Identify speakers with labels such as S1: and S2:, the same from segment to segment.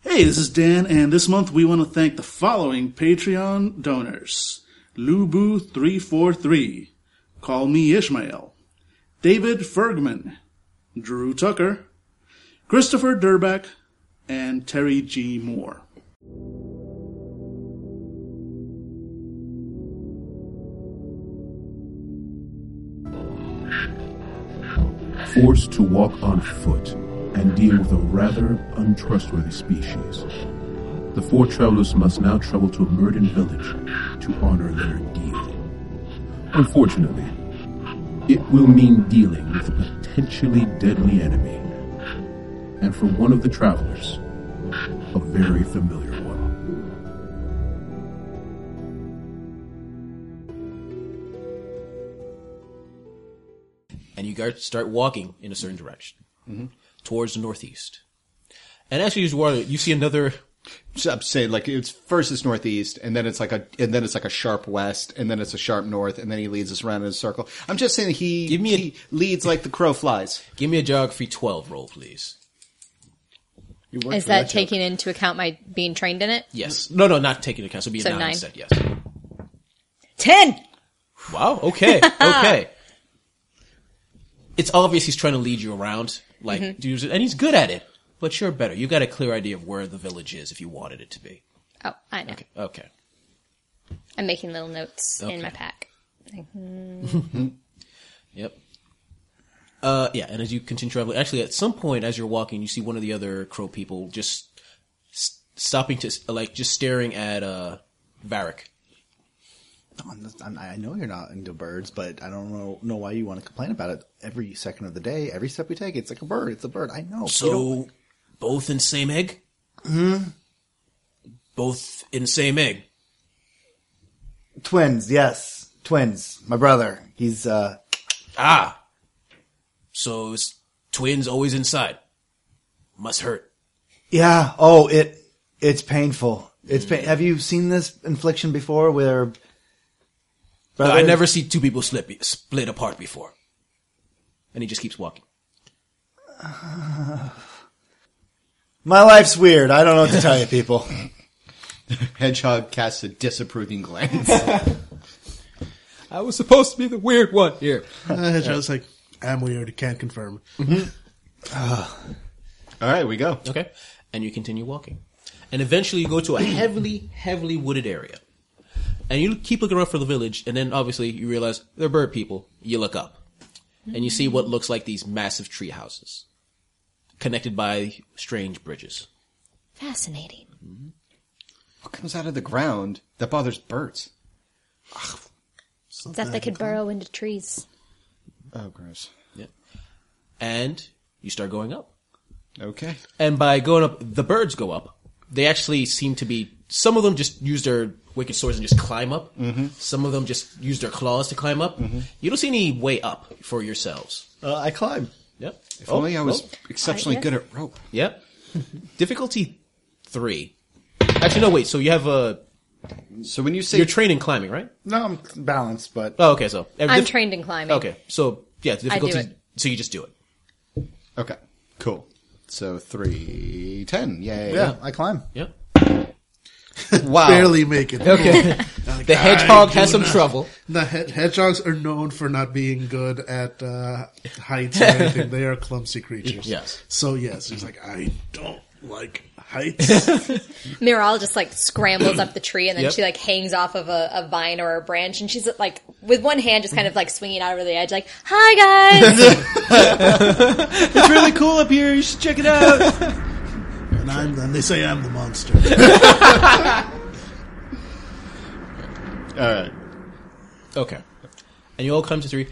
S1: Hey, this is Dan, and this month we want to thank the following Patreon donors Lubu343, Call Me Ishmael, David Fergman, Drew Tucker, Christopher Durback, and Terry G. Moore.
S2: forced to walk on foot and deal with a rather untrustworthy species. The four travelers must now travel to a Murden village to honor their deity. Unfortunately, it will mean dealing with a potentially deadly enemy, and for one of the travelers, a very familiar one.
S3: and you guys start walking in a certain direction towards the northeast. And as you use water, you see another.
S4: So I'm saying like it's first it's northeast, and then it's like a and then it's like a sharp west, and then it's a sharp north, and then he leads us around in a circle. I'm just saying he
S3: Give me a-
S4: he leads like the crow flies.
S3: Give me a geography twelve roll, please.
S5: Is that taking into account my being trained in it?
S3: Yes. No, no, not taking into account. So it'd be
S5: So
S3: a nine,
S5: nine.
S3: instead, Yes.
S5: Ten.
S3: Wow. Okay. okay. It's obvious he's trying to lead you around, like,
S5: Mm-hmm.
S3: dudes- and he's good at it. But you're better. You got a clear idea of where the village is if you wanted it to be.
S5: Oh, I know.
S3: Okay.
S5: I'm making little notes
S3: Okay.
S5: in my pack.
S3: Yep. Uh, yeah, and as you continue traveling, actually, at some point as you're walking, you see one of the other crow people just s- stopping to, s- like, just staring at, uh, Varric.
S6: I'm just- I'm- I know you're not into birds, but I don't know, know why you want to complain about it every second of the day, every step we take. It's like a bird. It's a bird. I know. You don't- Mm-hmm.
S3: So, both in same egg? Hmm? Both in same egg.
S6: twins, yes, twins. My brother. He's uh,
S3: Ah! So, it's twins always inside. Must hurt.
S6: yeah. Oh, it it's painful. It's pain. Have you seen this infliction before? Where brother,
S3: I never see two people split, split apart before. And he just keeps walking.
S6: My life's weird. I don't know what to tell you, people.
S4: Hedgehog casts a disapproving glance.
S3: I was supposed to be the weird one here.
S1: Uh, I was like, I'm weird, can't confirm.
S4: All right, we go.
S3: Okay. And you continue walking. And eventually you go to a heavily, heavily wooded area. And you keep looking around for the village, and then obviously you realize they're bird people. You look up. And you see what looks like these massive tree houses. Connected by strange bridges.
S5: Fascinating.
S4: What comes out of the ground that bothers birds?
S5: Stuff that could burrow into trees.
S4: Oh, gross.
S3: Yeah. And you start going up.
S4: Okay.
S3: And by going up, the birds go up. They actually seem to be. Some of them just use their wicked swords and just climb up. Mm-hmm. Some of them just use their claws to climb up. You don't see any way up for yourselves.
S6: Uh, I climb.
S3: Yep. Oh,
S4: If only I was exceptionally
S5: I- yeah.
S4: good at rope.
S3: Yep. Difficulty three. Actually, no. Wait. So you have a
S4: So when you say
S3: you're trained in climbing, right?
S6: No, I'm balanced, but
S3: Oh, okay. So every
S5: I'm
S3: dif-
S5: trained in climbing.
S3: Okay. So yeah, it's
S5: I do
S3: difficulty.
S5: it.
S3: So you just do it.
S4: okay, cool. So three ten, yay!
S6: yeah, I climb.
S3: Yep.
S4: Wow,
S1: Barely make it.
S3: Okay. the hedgehog has some trouble.
S1: The he- hedgehogs are known for not being good at uh, heights or anything. they are clumsy creatures.
S3: Yes.
S1: So yes, he's like, I don't like heights.
S5: Miral just like scrambles up the tree and then
S3: Yep.
S5: she like hangs off of a, a vine or a branch and she's like with one hand just kind of like swinging out over the edge like, hi guys!
S3: It's really cool up here. You should check it out.
S1: and I'm then they say I'm the monster.
S3: okay. And you all come to three.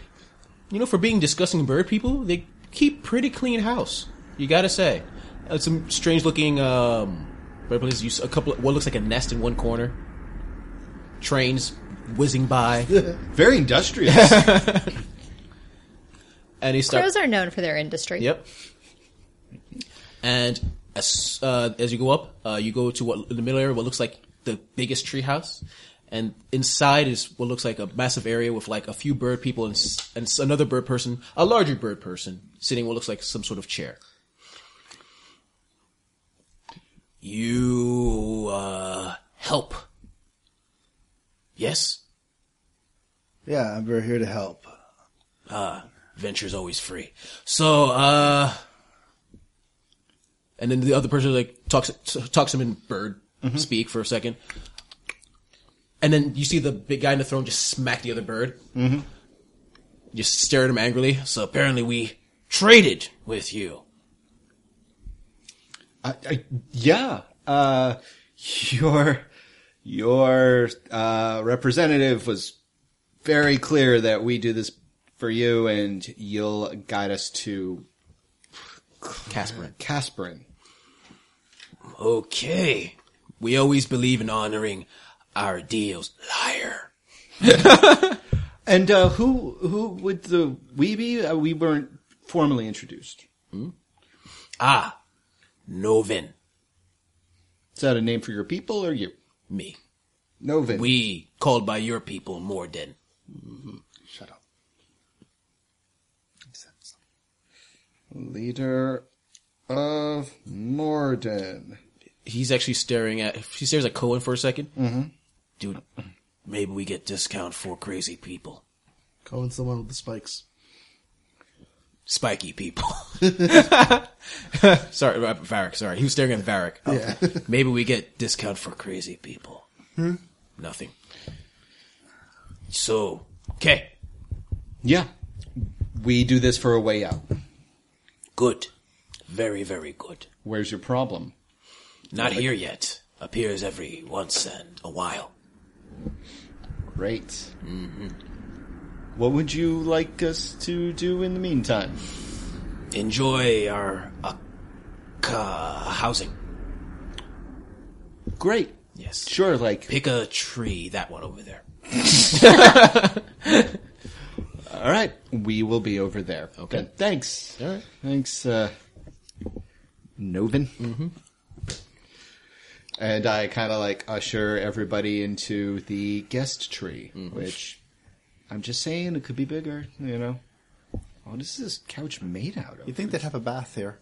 S3: You know, for being discussing bird people, they keep pretty clean house. You gotta say, uh, some strange looking um, bird places. You s- a couple, what looks like a nest in one corner. Trains whizzing by.
S4: very industrious.
S3: and he starts.
S5: Crows are known for their industry.
S3: Yep. And as uh, as you go up, uh, you go to what in the middle area, what looks like the biggest treehouse, and inside is what looks like a massive area with like a few bird people and, s- and s- another bird person, a larger bird person, sitting in what looks like some sort of chair. You uh, help. Yes,
S6: Yeah, we're here to help.
S3: venture's always free. So, uh, and then the other person like talks talks him in bird speak for a second, and then you see the big guy in the throne just smack the other bird, mm-hmm. just stare at him angrily. So apparently we traded with you.
S4: I, I, yeah. Uh, your your uh, representative was very clear that we do this for you, and you'll guide us to
S3: Casper.
S4: Casperin.
S3: Okay, we always believe in honoring our deals. Liar.
S4: And uh, who who would the we be? Uh, we weren't formally introduced.
S3: Ah, Novin,
S4: Is that a name for your people or you?
S3: me.
S4: Novin.
S3: We called by your people Morden.
S4: Shut up. Leader of Morden.
S3: he's actually staring at he stares at Cohen for a 2nd Mm-hmm. Dude, maybe we get discount for crazy people.
S1: Cohen's the one with the spikes.
S3: Spiky people. sorry, uh, Varric, sorry. He was staring at Varric. maybe we get discount for crazy people.
S1: Hmm?
S3: Nothing. So, okay,
S4: Yeah. We do this for a way out.
S3: good. Very, very good.
S4: Where's your problem?
S3: Not here yet. Appears every once and a while.
S4: Great. Mm-hmm. What would you like us to do in the meantime?
S3: Enjoy our uh, ca- housing.
S4: Great.
S3: Yes.
S4: Sure, like
S3: Pick a tree, that one over there.
S4: all right, we will be over there.
S3: Okay.
S4: Good. Thanks. All right. Thanks uh Novin. Mm-hmm. And I kind of like usher everybody into the guest tree, which I'm just saying it could be bigger, you know. What is this couch made out of?
S6: You think they'd have a bath here?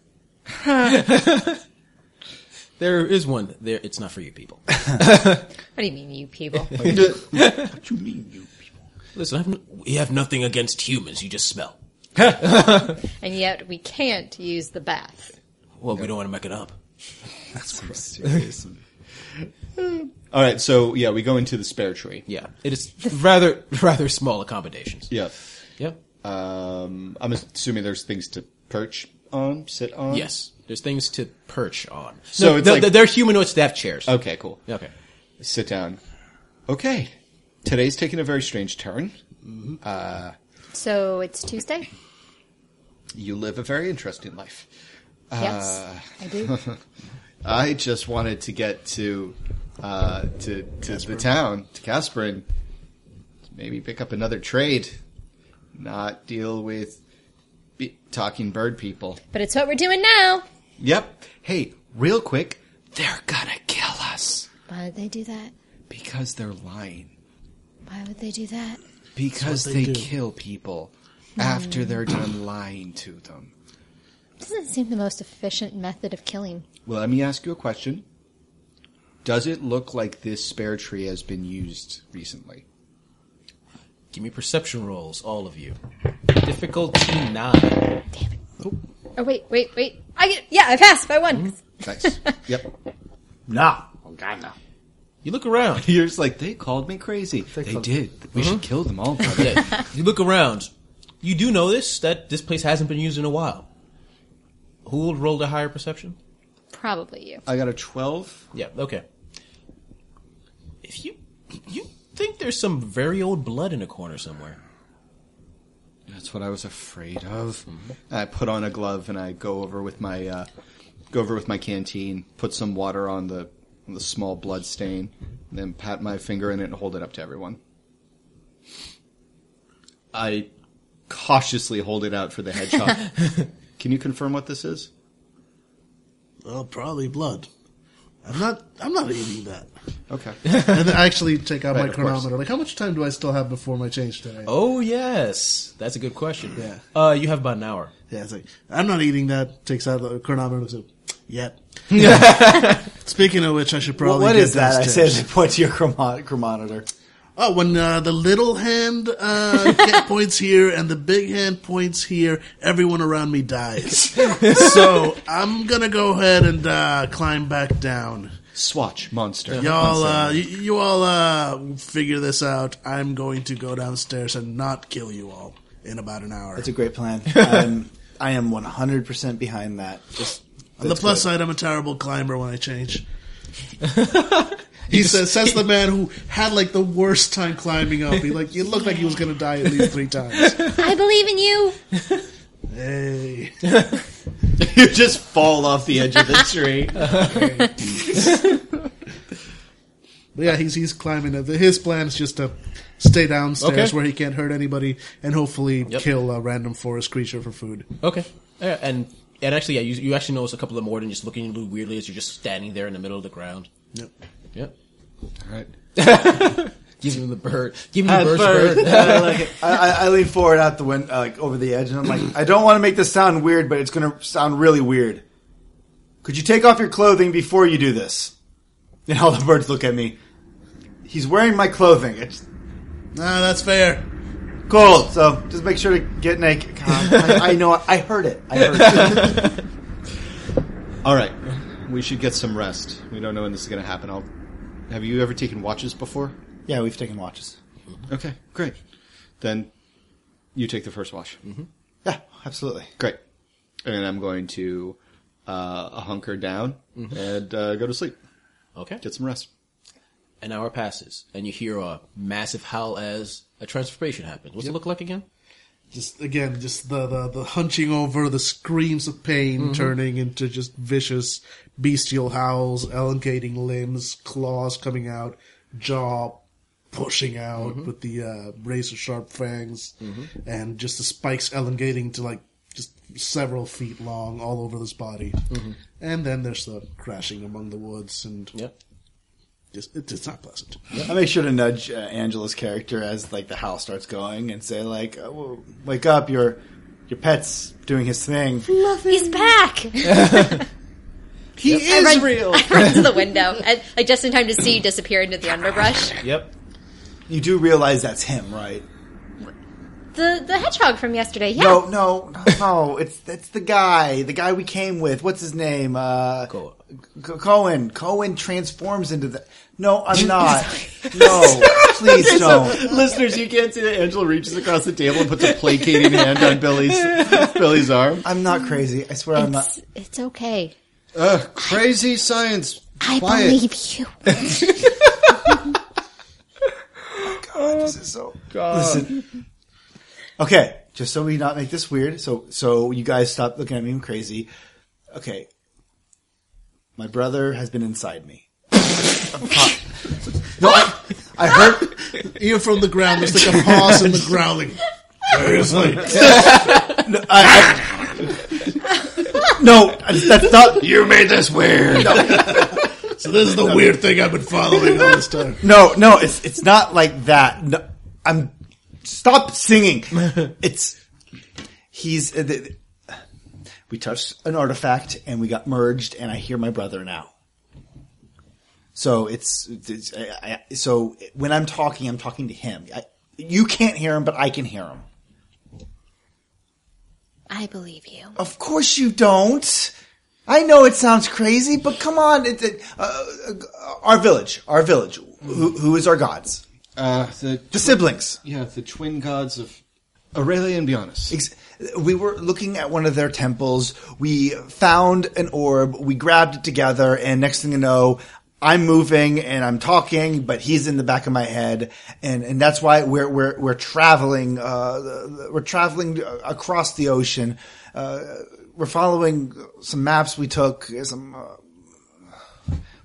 S3: There is one. There, it's not for you people.
S5: What do you mean, you people?
S2: What you mean, you people?
S3: Listen, I've n- we have nothing against humans. You just smell.
S5: and yet we can't use the bath.
S3: Well, we don't want to muck it up.
S4: All right, so yeah, we go into the spare tree.
S3: Yeah, it is rather rather small accommodations.
S4: Yeah.
S3: Yeah.
S4: Um, I'm assuming there's things to perch on, sit on.
S3: Yes, Um, there's things to perch on.
S4: So
S3: No,
S4: it's
S3: no,
S4: like-
S3: they're, they're humanoid staff chairs.
S4: Okay, cool.
S3: Okay.
S4: Sit down. Okay. Today's taking a very strange turn.
S5: So it's Tuesday?
S4: You live a very interesting life.
S3: Uh,
S5: yes, I do.
S4: I just wanted to get to uh, to, to the town, to Casper, and maybe pick up another trade. Not deal with be- talking bird people.
S5: But it's what we're doing now.
S4: Yep. Hey, real quick, they're gonna kill us
S5: Why would they do that?
S4: because they're lying.
S5: Why would they do that?
S4: Because
S1: they
S4: they,
S1: do.
S4: kill people after they're done lying to them.
S5: Doesn't seem the most efficient method of killing.
S4: Well, let me ask you a question. Does it look like this spare tree has been used recently?
S3: Give me perception rolls, all of you. Difficulty nine.
S5: Damn it. Oh, wait, wait, wait. I get, yeah, I passed by one.
S4: Nice. yep.
S6: No. Oh, God, no.
S3: You look around.
S4: You're just like, they called me crazy. They,
S6: called-
S4: did. We should kill them all. brother.
S3: Yeah, you look around. You do notice that this place hasn't been used in a while. Who will roll the higher perception?
S5: Probably you.
S4: I got a 12.
S3: Yeah, okay. If you you think there's some very old blood in a corner somewhere.
S4: That's what I was afraid of. I put on a glove and I go over with my uh, go over with my canteen, put some water on the on the small blood stain, and then pat my finger in it and hold it up to everyone. I cautiously hold it out for the hedgehog. Can you confirm what this is?
S1: Oh, probably blood. I'm not. I'm not eating that.
S4: Okay.
S1: And then I actually take out
S4: Right,
S1: my
S4: of course.
S1: chronometer. Like, how much time do I still have before my change today?
S3: Oh yes, that's a good question.
S1: Yeah.
S3: Uh, you have about an hour.
S1: Yeah, it's like I'm not eating that. Takes out the chronometer. and Looks like, yep. Speaking of which, I should
S6: Well,
S1: probably
S6: what
S1: get
S6: is that? I
S1: those
S6: said
S1: tips.
S6: to point to your chromo- chronometer.
S1: Oh, when uh, the little hand uh, get points here and the big hand points here, everyone around me dies. so I'm gonna go ahead and uh, climb back down.
S4: Swatch monster.
S1: Y'all, uh, y- you all uh, figure this out. I'm going to go downstairs and not kill you all in about an hour.
S6: That's a great plan. Um, I am 100% behind that. Just,
S1: On the plus side, I'm a terrible climber when I change. he says, says the man who had like the worst time climbing up. He like, it looked like he was gonna die at least three times.
S5: I believe in you.
S1: Hey.
S4: you just fall off the edge of the tree.
S1: But yeah, he's he's climbing. up. His plan is just to stay downstairs
S3: Okay.
S1: where he can't hurt anybody and hopefully
S3: Yep.
S1: kill a random forest creature for food.
S3: Okay. Yeah, and and actually, yeah, you, you actually notice a couple of more than just looking at you weirdly as you're just standing there in the middle of the ground.
S1: Yep.
S3: Yep.
S4: All right.
S3: Give him the bird. Give him the bird's bird.
S6: I, I, I lean forward out the window, like over the edge, and I'm like, I don't want to make this sound weird, but it's going to sound really weird. Could you take off your clothing before you do this? And all the birds look at me. He's wearing my clothing. It's
S1: No, that's fair.
S6: cool. So just make sure to get naked. God, I, I know. I heard it. I heard it.
S4: All right. We should get some rest. We don't know when this is going to happen. I'll... Have you ever taken watches before?
S6: Yeah, we've taken watches.
S4: Okay, great. Then you take the first watch.
S6: Yeah, absolutely.
S4: Great. And I'm going to uh, hunker down and uh, go to sleep.
S3: Okay.
S4: Get some rest.
S3: An hour passes, and you hear a massive howl as a transformation happens. What's it look like again?
S1: Just again, just the, the, the hunching over, the screams of pain turning into just vicious bestial howls, elongating limbs, claws coming out, jaw pushing out with the uh, razor sharp fangs, and just the spikes elongating to like just several feet long all over this body. And then there's the crashing among the woods, and
S3: Yep.
S1: just it's, it's not pleasant.
S6: I make sure to nudge uh, Angela's character as like the house starts going and say like, oh, well, "Wake up, your your pet's doing his thing."
S5: He's back. He is real. I run to the window, and, like just in time to see you disappear into the underbrush.
S3: Yep.
S6: You do realize that's him, right?
S5: The the hedgehog from yesterday. Yeah.
S6: No, no, no, no. It's that's the guy, the guy we came with. What's his name? Uh,
S3: Cohen.
S6: C- Cohen. Cohen transforms into the. No, I'm not. no, please don't.
S4: Listeners, you can't see that Angela reaches across the table and puts a placating hand on Billy's Billy's arm.
S6: I'm not crazy. I swear I'm not.
S5: It's, it's okay.
S4: Ugh, crazy science.
S5: I
S4: Quiet.
S5: believe you.
S6: This is so. Listen. Okay, just so we not make this weird. So, so you guys stop looking at me I'm crazy. Okay, my brother has been inside me. I'm hot. no, I, I heard.
S1: Ear from the ground, there's like a pause in the growling. Seriously.
S6: I, I, no, that's not.
S1: You made this weird. so this is the weird thing I've been following all this time.
S6: No, no, it's it's not like that. No, I'm stop singing. It's he's uh, the, we touched an artifact and we got merged, and I hear my brother now. So it's, it's I, I, so when I'm talking, I'm talking to him. I, you can't hear him, but I can hear him.
S5: I believe you.
S6: Of course you don't. I know it sounds crazy, but come on. It, it, uh, uh, our village, our village. Who, who is our gods?
S4: Uh, the
S6: The siblings.
S4: yeah, the twin gods of Aurelia and Bionis.
S6: Ex- We were looking at one of their temples. We found an orb. We grabbed it together, and next thing you know, I'm moving and I'm talking, but he's in the back of my head, and and that's why we're we're we're traveling. Uh, we're traveling uh, across the ocean. Uh, we're following some maps we took. uh, Some. Uh,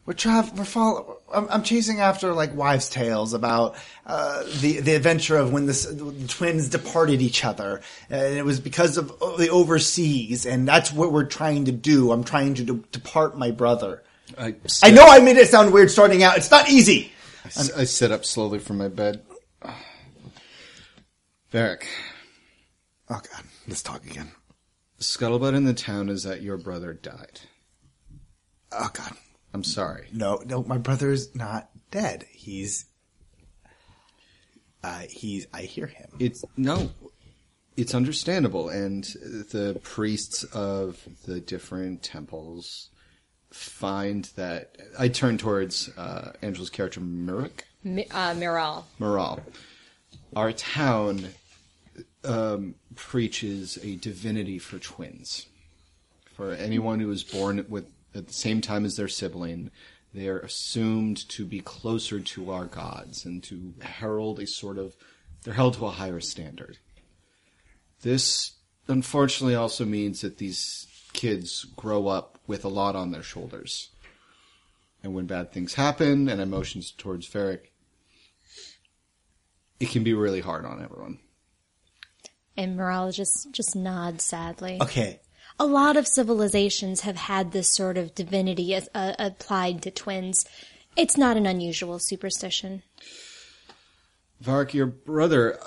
S6: we're tra- we're follow- I'm, I'm chasing after like wives' tales about uh, the the adventure of when this, the twins departed each other, and it was because of o- the overseas, and that's what we're trying to do. I'm trying to de- depart my brother.
S4: I,
S6: I know I made it sound weird starting out. It's not easy.
S4: I s- I sit up slowly from my bed. Varric,
S6: Oh God, let's talk again.
S4: scuttlebutt in the town is that your brother died.
S6: Oh God,
S4: I'm sorry.
S6: No, no, my brother is not dead. He's, uh, he's, I hear him.
S4: It's no. It's understandable, and the priests of the different temples find that. I turn towards uh, Angela's character, Murik.
S5: Mi- uh, Miral.
S4: morale. Our town um, preaches a divinity for twins. For anyone who is born with at the same time as their sibling, they are assumed to be closer to our gods and to herald a sort of they're held to a higher standard. This unfortunately also means that these kids grow up with a lot on their shoulders. And when bad things happen and emotions towards Varric, it can be really hard on everyone.
S7: And Morale just, just nods sadly.
S6: Okay.
S7: A lot of civilizations have had this sort of divinity as, uh, applied to twins. It's not an unusual superstition.
S4: Varric, your brother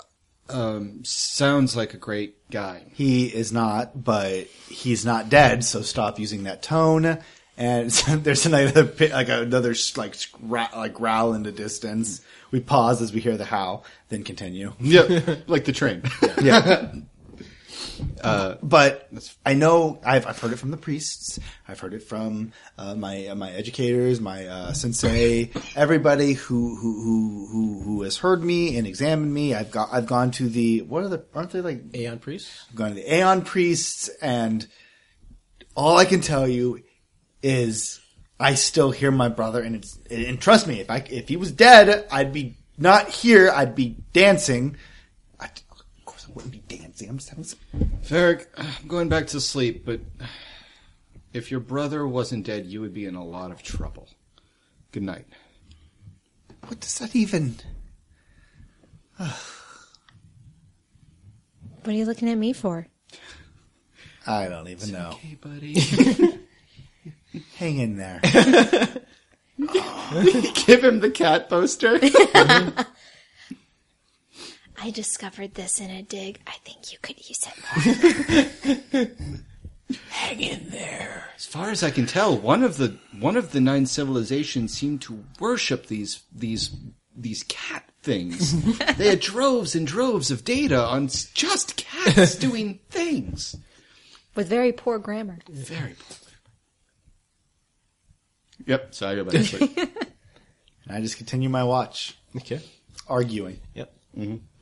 S4: um, sounds like a great guy.
S6: He is not, but he's not dead, so stop using that tone. And so there's another, pi- like another, s- like, scra- like growl in the distance. We pause as we hear the howl, then continue.
S4: Yeah, like the train.
S6: Yeah. but I know I've I've heard it from the priests. I've heard it from uh, my uh, my educators, my uh, sensei, everybody who who who who who has heard me and examined me. I've got I've gone to the what are the aren't they like
S3: Aeon priests.
S6: I've gone to the Aeon priests, and all I can tell you is I still hear my brother, and it's and trust me, if I if he was dead, I'd be not here. I'd be dancing. I, of course, I wouldn't be dancing. I'm just having some.
S4: Varric, I'm going back to sleep, but if your brother wasn't dead, you would be in a lot of trouble. Good night.
S6: What does that even?
S7: What are you looking at me for?
S6: I don't even know.
S4: Hey, buddy.
S6: Hang in there.
S4: Give him the cat poster.
S7: I discovered this in a dig. I think you could use it.
S4: As far as I can tell, one of the one of the nine civilizations seemed to worship these these these cat things. they had droves and droves of data on s- just cats doing things.
S5: With very poor grammar.
S4: Very poor. Yep. So I go back to sleep.
S6: And I just continue my watch,
S3: Okay.
S6: arguing.
S3: Yep.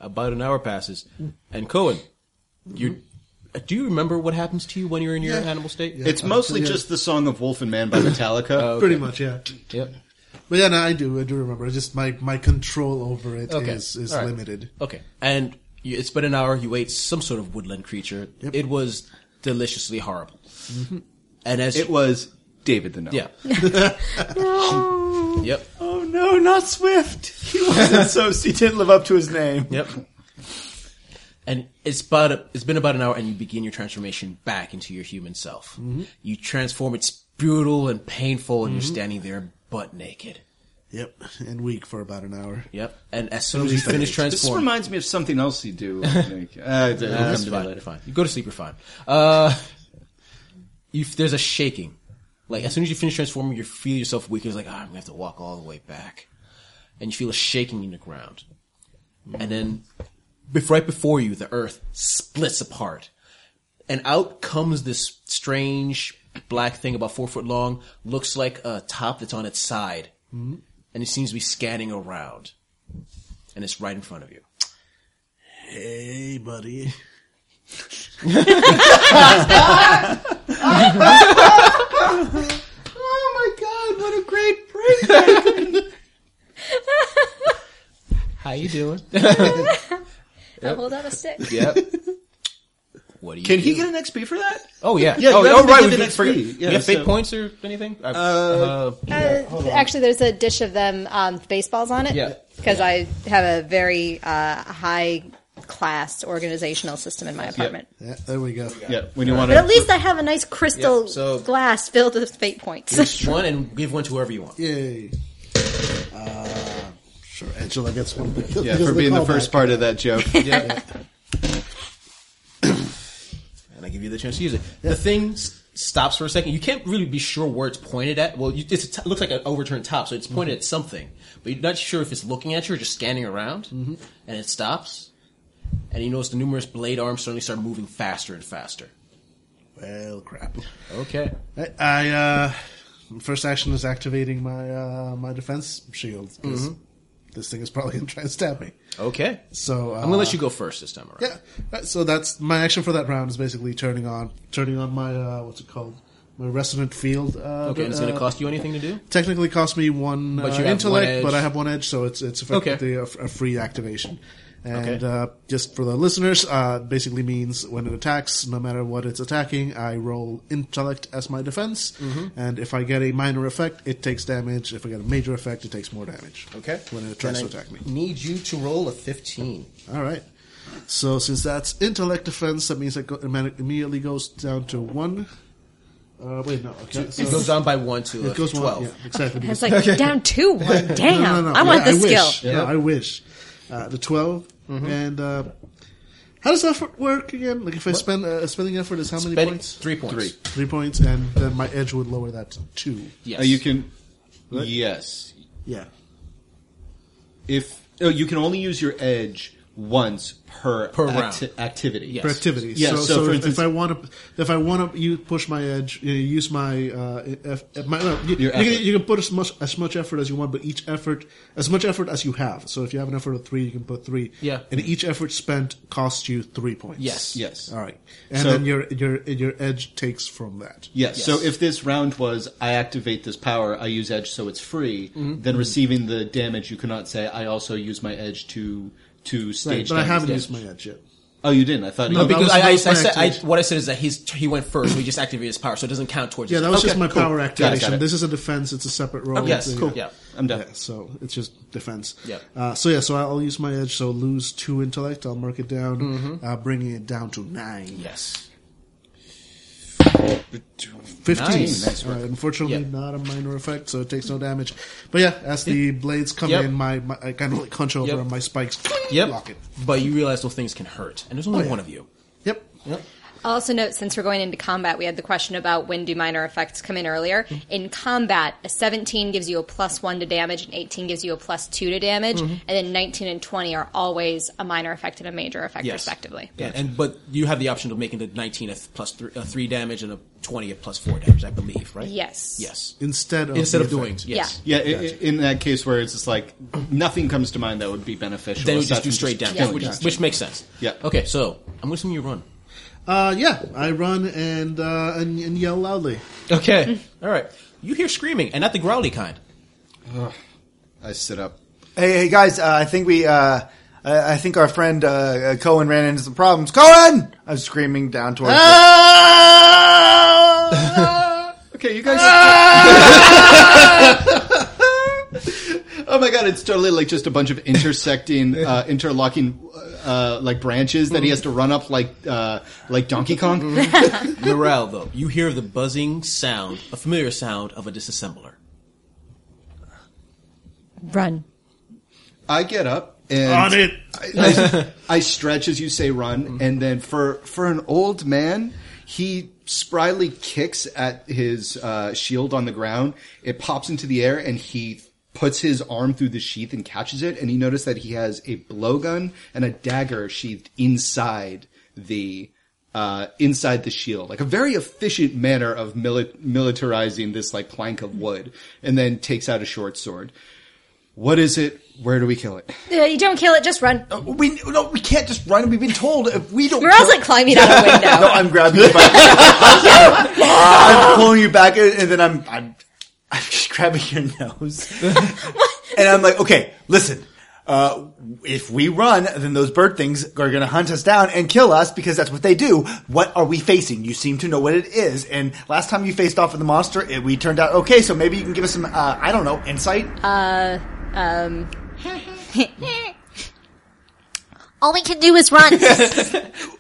S3: About an hour passes, and Cohen, you uh, do you remember what happens to you when you're in your animal state?
S4: it's mostly just the song of Wolf and Man by Metallica.
S1: Pretty much, yeah.
S3: Yep.
S1: But yeah, no, I do. I do remember. It's just my, my control over it is
S3: Okay.
S1: is
S3: All right.
S1: limited.
S3: Okay. And you, it's been an hour. You ate some sort of woodland creature. It was deliciously horrible. And as
S4: it was David the Gnome.
S3: yeah. Yep.
S6: Oh no, not Swift. He wasn't so. He didn't live up to his name.
S3: Yep. And it's about a, it's been about an hour, and you begin your transformation back into your human self. You transform. It's brutal and painful, and you're standing there butt naked.
S1: Yep, and weak for about an hour.
S3: Yep. And as soon as you finish
S4: This
S3: transforming,
S4: reminds me of something else you do. I think. Uh, it'll
S3: Uh,
S4: come
S3: that's
S4: to me
S3: fine.
S4: later.
S3: Fine. You go to sleep. You're fine. Uh, you, there's a shaking. Like as soon as you finish transforming, you feel yourself weak. It's like ah, I'm gonna have to walk all the way back, and you feel a shaking in the ground. And then, bef- right before you, the earth splits apart, and out comes this strange black thing about four foot long. Looks like a top that's on its side, and it seems to be scanning around, and it's right in front of you.
S1: Hey, buddy.
S4: Oh my god! What a great break.
S3: How you doing?
S5: I'll hold out a stick.
S3: Yep. What do you
S4: Can
S3: do?
S4: he get an XP for that?
S3: Oh yeah.
S4: Yeah,
S3: Oh,
S4: you
S3: oh,
S4: haven't
S3: right.
S4: did
S3: We
S4: the
S3: did
S4: XP.
S3: forget.
S4: Yeah,
S3: you have fate
S4: so-
S3: points or anything? I-
S4: Uh,
S5: Uh, actually, there's a dish of them um, with baseballs on it.
S3: Yeah.
S5: Because I have a very uh, high class organizational system in my apartment.
S1: Yeah, there we go.
S4: yeah, when you want
S5: But at
S4: to.
S5: least I have a nice crystal
S3: Yeah, so-
S5: glass filled with fate points.
S3: Just one and give one to whoever you want.
S1: Yay. Uh, sure, Angela gets one. because-
S4: Yeah,
S1: because
S4: for
S1: of
S4: being the
S1: callback.
S4: first part of that joke.
S3: And I give you the chance to use it. The thing s- stops for a second. You can't really be sure where it's pointed at. Well, you, it's, it looks like an overturned top, so it's pointed at something, but you're not sure if it's looking at you or just scanning around. And it stops, and you notice the numerous blade arms suddenly start moving faster and faster.
S1: Well, crap.
S3: Okay.
S1: I, I uh, first action is activating my uh, my defense shield. 'cause This thing is probably going to try and stab me.
S3: Okay.
S1: So uh,
S3: I'm gonna let you go first this time around.
S1: Yeah. Uh, So that's my action for that round is basically turning on turning on my uh, what's it called my resonant field. Uh,
S3: Okay, and it's gonna
S1: uh,
S3: cost you anything to do?
S1: technically cost me one
S3: But
S1: uh,
S3: you have
S1: intellect,
S3: one edge.
S1: but I have one edge, so it's it's effectively a, a free activation. And
S3: Okay.
S1: uh, just for the listeners, uh, basically means when it attacks, no matter what it's attacking, I roll intellect as my defense,
S3: Mm-hmm.
S1: and if I get a minor effect, it takes damage. If I get a major effect, it takes more damage. when it tries
S3: Then
S1: to
S3: I
S1: attack me.
S3: Need you to roll a 15.
S1: All right. So since that's intellect defense, that means it go- imme- immediately goes down to one. Uh, wait, no. Okay, so
S3: It goes down by one to a
S1: it goes one.
S3: 12.
S1: Yeah, exactly.
S5: I
S1: because-
S5: was like, down two one. Damn.
S1: No, no, no.
S5: I want
S1: Yeah,
S5: this
S1: wish.
S5: skill.
S1: Yeah, I wish. Uh, the 12 and uh, how does effort work again? Like if I spend uh, spending effort is how many
S3: Spend-
S1: points?
S3: Three points.
S4: Three.
S1: Three points, and then my edge would lower that to two.
S3: Yes.
S4: Uh, you can. Yes.
S1: Yeah.
S4: If oh, you can only use your edge once per
S3: Per round.
S4: activity.
S3: Yes.
S1: For activity.
S4: Yeah,
S1: so,
S4: so
S1: so
S4: for
S1: if, if
S4: instance-
S1: I want to, if I want to, you push my edge. You know, use my, uh, if, if my no, you, you,
S4: Your effort.
S1: can, you can put as much as much effort as you want, but each effort as much effort as you have. So if you have an effort of three, you can put three.
S3: Yeah.
S1: And each effort spent costs you three points.
S3: Yes.
S4: Yes.
S1: All right. And
S4: So-
S1: then your your your edge takes from that.
S4: Yes.
S3: Yes.
S4: So if this round was I activate this power, I use edge so it's free, then receiving the damage you cannot say I also use my edge to to
S1: Right,
S4: stage
S1: but I
S4: damage
S1: haven't
S4: damage."
S1: used my edge yet.
S4: Oh, you didn't. I thought
S1: No, that
S4: you
S3: because
S1: was-
S3: I,
S1: that
S3: I, I
S1: was my
S3: said I,
S1: activation.
S3: what I said is that he's he went first, so he just activated his power, so it doesn't count towards.
S1: Yeah,
S3: his
S1: that was
S3: Okay,
S1: just my
S4: cool.
S1: power
S4: Got it,
S1: activation.
S4: got it.
S1: This is a defense. It's a separate roll.
S3: Okay, Oh, yes,
S1: So,
S3: cool. Yeah.
S4: I'm done.
S1: so it's just defense.
S3: Yeah.
S1: Uh, so yeah, so I'll use my edge. So lose two intellect. I'll mark it down,
S3: Mm-hmm.
S1: uh, bringing it down to nine.
S3: Yes.
S1: Fifteen.
S3: Nice. Nice
S1: All right, unfortunately,
S3: Yeah.
S1: not a minor effect, so it takes no damage. But yeah, as the blades come
S3: Yep.
S1: in, my, my I kind of like hunch over
S3: Yep.
S1: and my spikes.
S3: Yep.
S1: Lock it. Oh,
S3: But you realize those things can hurt, and there's only
S1: yeah.
S3: one of you.
S1: Yep.
S5: I'll also note since we're going into combat, we had the question about when do minor effects come in earlier.
S3: Mm-hmm.
S5: In combat, a 17 gives you a plus 1 to damage, and 18 gives you a plus 2 to damage,
S3: Mm-hmm.
S5: and then 19 and 20 are always a minor effect and a major effect,
S3: Yes.
S5: respectively.
S3: Yeah, and but you have the option of making the 19 a th- plus three, a three damage and a 20 a plus four damage, I believe, right?
S5: Yes.
S3: Yes.
S1: Instead of
S3: Instead
S1: the
S3: of doing
S1: effect.
S3: yes,
S4: Yeah, i i in that case where it's just like nothing comes to mind that would be beneficial.
S3: then you
S4: aside
S3: just do
S4: from
S3: straight
S4: just
S3: damage,
S4: killing
S3: which, is-
S4: them.
S3: which makes sense.
S4: Yeah.
S3: Okay, so I'm assuming you run.
S1: Uh, yeah, I run and uh, and, and yell loudly.
S3: Okay. All right. You hear screaming, and not the growly kind.
S4: I sit up.
S6: Hey, hey guys, uh, I think we, uh, I, I think our friend uh, uh, Cohen ran into some problems. Cohen! I'm screaming down towards.
S4: Okay, you guys. oh my god, it's totally like just a bunch of intersecting, uh, interlocking, uh, like branches that he has to run up like uh, like Donkey Kong.
S3: Morale, though, you hear the buzzing sound, a familiar sound of a disassembler.
S7: Run.
S4: I get up and
S1: On it. Mm-hmm.
S4: I, I, I stretch as you say run, and then for for an old man, he spryly kicks at his uh, shield on the ground. It pops into the air, and he puts his arm through the sheath and catches it. And he noticed that he has a blowgun and a dagger sheathed inside the. Uh, inside the shield, like a very efficient manner of mili- militarizing this like plank of wood, and then takes out a short sword. What is it? Where do we kill it?
S5: Uh, you don't kill it, just run.
S3: Oh.
S6: the- we no, we can't just run. We've been told if we don't.
S5: Morale's like climbing out a window.
S6: no, I'm grabbing you by. I'm pulling you back, and and then I'm I'm, I'm just grabbing your nose, and I'm like, okay, listen. Uh, if we run, then those bird things are going to hunt us down and kill us because that's what they do. What are we facing? You seem to know what it is. And last time you faced off with the monster, it, we turned out okay. So maybe you can give us some, uh, I don't know, insight.
S7: All we can do is run. Is